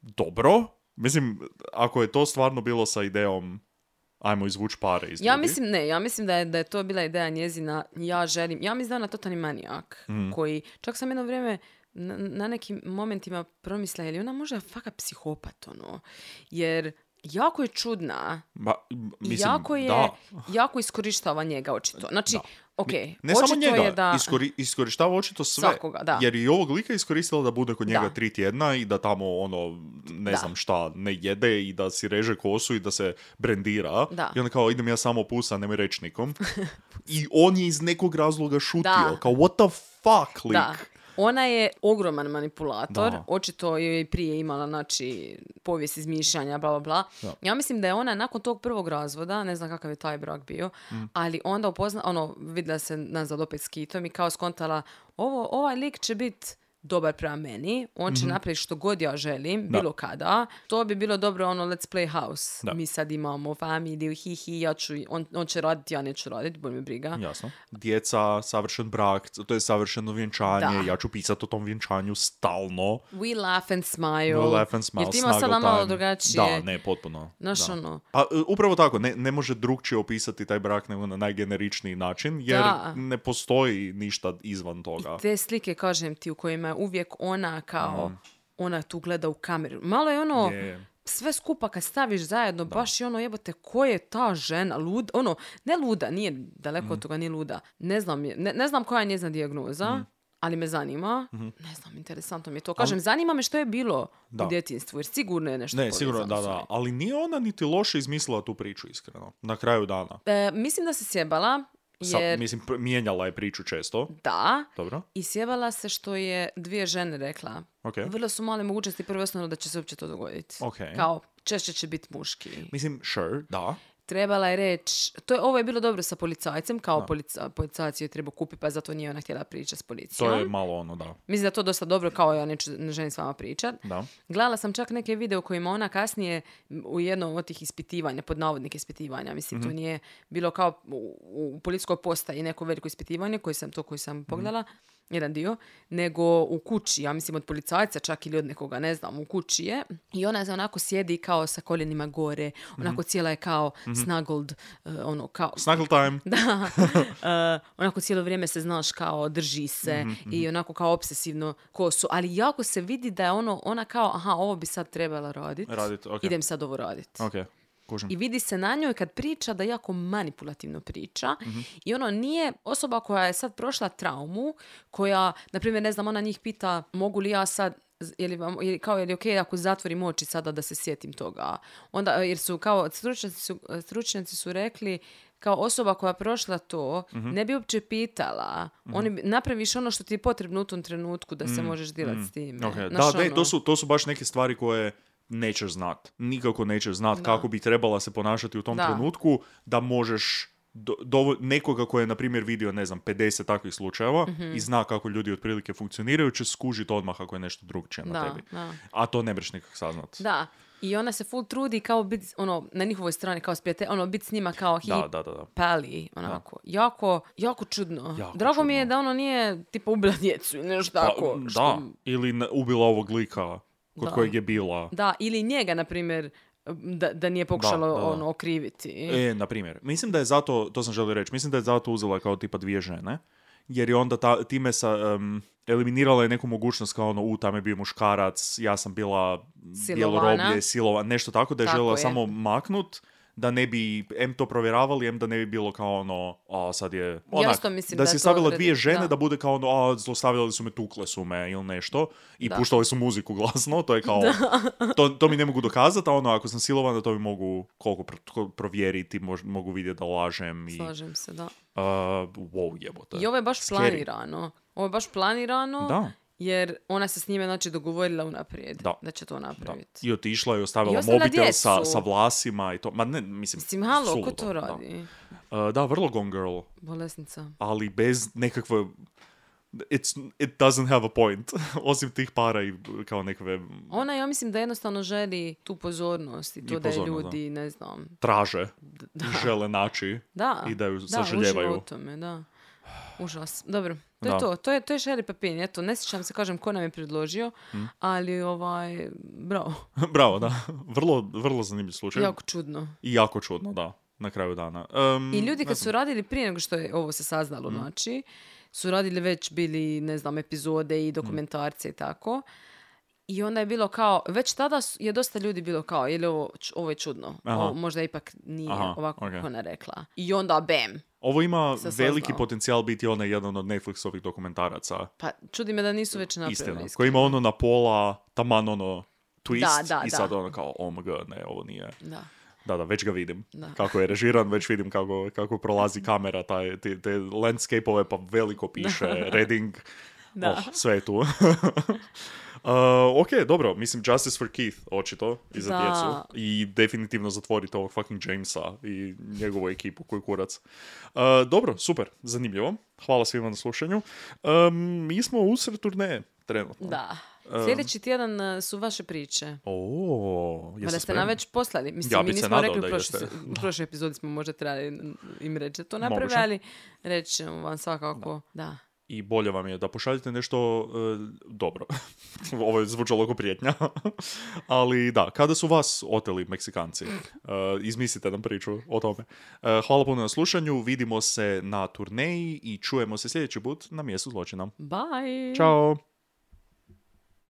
D: Dobro. Mislim, ako je to stvarno bilo sa idejom ajmo izvući pare iz
E: Ja
D: ljudi,
E: mislim, ne, ja mislim da je, da je to bila ideja njezina, ja želim, ja mislim da je ona totalni manijak,
D: Mm.
E: koji, čak sam jedno vrijeme na, na nekim momentima promisla, je li ona možda faka psihopat, ono, jer jako je čudna,
D: Ma, m- mislim,
E: jako je,
D: da.
E: jako iskorištava njega, očito. Znači, ok,
D: Ne
E: očito
D: samo njega,
E: je da...
D: iskori- iskorištava očito sve.
E: Svakoga, da.
D: Jer i ovog lika je iskoristila da bude kod njega
E: Da.
D: tri tjedna i da tamo ono, ne
E: Da.
D: znam šta, ne jede i da si reže kosu i da se brendira.
E: Da.
D: I onda kao, idem ja samo pusa, ne mi reći
E: <laughs>
D: nikom. I on je iz nekog razloga šutio.
E: Da.
D: Kao, what the fuck, lik?
E: Da. Ona je ogroman manipulator,
D: Da.
E: očito joj je i prije imala znači, povijest izmišljanja, bla, bla, bla.
D: Da.
E: Ja mislim da je ona nakon tog prvog razvoda, ne znam kakav je taj brak bio,
D: Mm.
E: ali onda upozna, ono, vidjela se nazad opet s Kitom i kao skontala, ovo, ovaj lik će biti dobar prema meni, on će napraviti što god ja želim,
D: Mhm. Da.
E: bilo kada. To bi bilo dobro ono let's play house.
D: Da.
E: Mi sad imamo familiju, hi hi, ja ću, on, on će raditi, ja neću raditi, bol me briga.
D: Jasno. Djeca, savršen brak, to je savršeno vjenčanje,
E: Da.
D: ja ću pisati o tom vjenčanju stalno.
E: We laugh and smile.
D: No laugh and smile,
E: Jer ti ima
D: snuggle
E: sada malo
D: time.
E: drugačije.
D: Da, ne, potpuno.
E: Znaš,
D: da.
E: ono.
D: A, e, upravo tako, ne, ne može drugčije opisati taj brak nego na najgeneričniji način, jer
E: Da.
D: ne postoji ništa izvan toga.
E: Te slike, kažem ti, u kojima je uvijek ona kao, ona tu gleda u kameru. Malo je ono,
D: Mhm. Je.
E: sve skupa kad staviš zajedno, baš je ono, jebote, ko je ta žena, luda, ono, ne luda, nije daleko
D: Mhm.
E: od toga, nije luda. Ne znam, je- ne, ne znam koja je njezina dijagnoza,
D: Mhm.
E: ali me zanima. Ne znam, interesantno mi je to. Kažem, zanima me što je bilo
D: Da.
E: u djetinstvu, jer sigurno je nešto
D: Ne, sigurno, da,
E: povezano s ovim.
D: da, ali nije ona niti loše izmislila tu priču, iskreno, na kraju dana.
E: E, mislim da se sjebala,
D: Sa-
E: jer...
D: mislim, pr- mijenjala je priču često,
E: Da,
D: dobro,
E: I sjevala se što je dvije žene rekla.
D: ok.
E: Vrlo su male mogućnosti prvo i osnovno da će se uopće to dogoditi.
D: Ok.
E: Kao, češće će biti muški.
D: Mislim, sure, da,
E: Trebala je reći, to je, ovo je bilo dobro sa policajcem, kao polica, policajac joj treba kupiti, pa zato nije ona htjela pričati s policijom.
D: to je malo ono, da,
E: Mislim da je to dosta dobro, kao ja neću, ne želim s vama pričat.
D: da.
E: Gledala sam čak neke video u kojima ona kasnije u jednom od tih ispitivanja, pod navodnik ispitivanja, mislim to nije bilo kao u, u policijskoj postaji neko veliko ispitivanje, koji sam, to koji sam pogledala, jedan dio, nego u kući, ja mislim od policajca čak ili od nekoga, ne znam, u kući je. I ona se onako sjedi kao sa koljenima gore, onako cijela je kao snuggled, eh, ono kao...
D: Snuggle time,
E: <laughs> Da, E, onako cijelo vrijeme se znaš kao drži se i onako kao obsesivno kosu, ali jako se vidi da je ono, ona kao, aha, ovo bi sad trebala radit,
D: Radit, ok.
E: idem sad ovo radit.
D: ok, kužim.
E: I vidi se na njoj kad priča da jako manipulativno priča i ono nije osoba koja je sad prošla traumu, koja, na primjer, ne znam, ona njih pita mogu li ja sad je li vam, je li- kao je li ok ako zatvorim oči sada da se sjetim toga. Onda, jer su kao, stručnjaci su, stručnjaci su rekli kao osoba koja je prošla to, ne bi uopće pitala.
D: Mhm.
E: Oni bi, napraviš ono što ti je potrebno u tom trenutku da se možeš dilati s
D: Mhm. Hm.
E: time.
D: Ok,
E: Znaš,
D: Da, ne,
E: ono.
D: to, su, to su baš neke stvari koje nećeš znat. Nikako nećeš znat kako bi trebala se ponašati u tom
E: Da.
D: trenutku da možeš do, dovo- nekoga koji je, na primjer, vidio, ne znam, 50 takvih slučajeva
E: Mhm.
D: i zna kako ljudi otprilike funkcioniraju, će skužit odmah ako je nešto drugčije na
E: Da,
D: tebi.
E: da.
D: A to ne breš nikak saznat.
E: Da. I ona se full trudi kao biti, ono, na njihovoj strani kao spijete, ono, biti s njima kao he
D: da, da, da. da.
E: pali, onako. Jako, jako čudno.
D: Jako
E: Drago mi je
D: čudno.
E: da ono nije, tipa, ubila djecu ili nešto
D: Pa,
E: tako.
D: da,
E: što-
D: ili na- ubila ovog lika kod
E: Da.
D: kojeg je bila.
E: Da, ili njega, na primjer, da, da nije pokušalo,
D: da, da.
E: ono, okriviti.
D: E, na primjer, mislim da je zato, to sam želio reći, mislim da je zato uzela kao tipa dvije žene, jer je onda ta, time sa, em, eliminirala je neku mogućnost kao ono, u, tam je bio muškarac, ja sam bila
E: Silovana.
D: djeloroblje, silova, nešto tako, da je
E: Tako
D: željela
E: je.
D: samo maknut, da ne bi em to provjeravali, em da ne bi bilo kao ono, a sad je, onak,
E: isto mislim
D: da,
E: da je
D: si
E: to
D: stavila
E: odredi-
D: dvije žene, da.
E: da.
D: bude kao ono, a zlostavljali su me, tukle su me ili nešto i
E: Da.
D: puštali su muziku glasno, to je
E: <laughs>
D: kao, to, to mi ne mogu dokazati, a ono, ako sam silovana, to mi mogu koliko pro- tko- provjeriti, mož- mogu vidjeti da lažem i...
E: Slažem se, da.
D: Uh, wow, jebote.
E: I ono, ovo je baš
D: Scary.
E: planirano. Ovo je baš planirano.
D: Da.
E: jer ona se s njime znači dogovorila unaprijed
D: Da.
E: da, će to napraviti.
D: I otišla je, ostavila,
E: I ostavila
D: mobitel sa,
E: djecu.
D: sa vlasima i to. Ma ne, mislim,
E: Mislim, halo, ko
D: suludo,
E: to radi?
D: Da. E, da, vrlo Gone Girl,
E: Bolesnica.
D: ali bez nekakve... It's, it doesn't have a point. <laughs> Osim tih para i kao nekakve
E: Ona, ja mislim da jednostavno želi tu pozornost i to da je
D: pozornost, da.
E: ljudi, ne znam,
D: traže, žele naći.
E: da.
D: I da ju
E: da,
D: sažaljevaju.
E: uživa u tome, da. Užas. Dobro, to
D: Da.
E: je to. To je, to je Sherry Papin. Eto, ne sjećam se, kažem, ko nam je predložio,
D: Hm.
E: ali ovaj, bravo,
D: <laughs> Bravo, da. Vrlo, vrlo zanimljiv slučaj.
E: jako čudno.
D: I jako čudno, da. Na kraju dana. Em,
E: I ljudi
D: ne
E: kad
D: znam.
E: su radili prije nego što je ovo se saznalo,
D: Mm-hmm.
E: znači, su radili već bili, ne znam, epizode
D: Mm-hmm.
E: i dokumentarce i tako. I onda je bilo kao, već tada su- je dosta ljudi bilo kao, je li ovo, č- ovo je čudno,
D: Aha.
E: ovo možda ipak nije
D: Aha,
E: ovako
D: ok.
E: kako ona rekla. I onda bam,
D: Ovo ima
E: Sad sam
D: veliki
E: znala.
D: potencijal biti onaj jedan od Netflixovih dokumentaraca.
E: pa čudi me da nisu već napravili.
D: Istina.
E: iskreno.
D: Koji ima ono na pola taman ono twist
E: Da, da,
D: i sad
E: da.
D: ono kao oh my god, ne, ovo nije.
E: Da.
D: Da, da, već ga vidim.
E: Da.
D: Kako je režiran, već vidim kako, kako prolazi kamera, taj, te, te landscape-ove pa veliko piše, Reading.
E: <laughs> Da.
D: Oh, sve je tu. <laughs> uh, ok, dobro, mislim Justice for Keith, očito, i za
E: Da.
D: djecu. I definitivno zatvorite ovog fucking Jamesa i njegovu ekipu, koji kurac. Uh, dobro, super, zanimljivo. Hvala svima na slušanju. Um, mi smo usred turneje, trenutno.
E: Da. Sljedeći tjedan uh, su vaše priče.
D: O, jeste
E: Valjda ste nam
D: spremni?
E: već poslali. Mislim,
D: Ja
E: mi
D: bi se
E: nismo
D: nadao
E: rekli
D: da
E: u prošloj,
D: jeste.
E: u prošloj epizodi smo možda trebali im reći da to naprave,
D: Moguće.
E: ali reći ćemo vam svakako da.
D: I bolje vam je da pošaljete nešto e, dobro. <laughs> Ovo je zvučalo kao prijetnja. <laughs> Ali da, kada su vas oteli Meksikanci, E, izmislite nam priču o tome. E, hvala puno na slušanju, vidimo se na turneji i čujemo se sljedeći put na mjestu zločina.
E: Bye!
D: Ćao!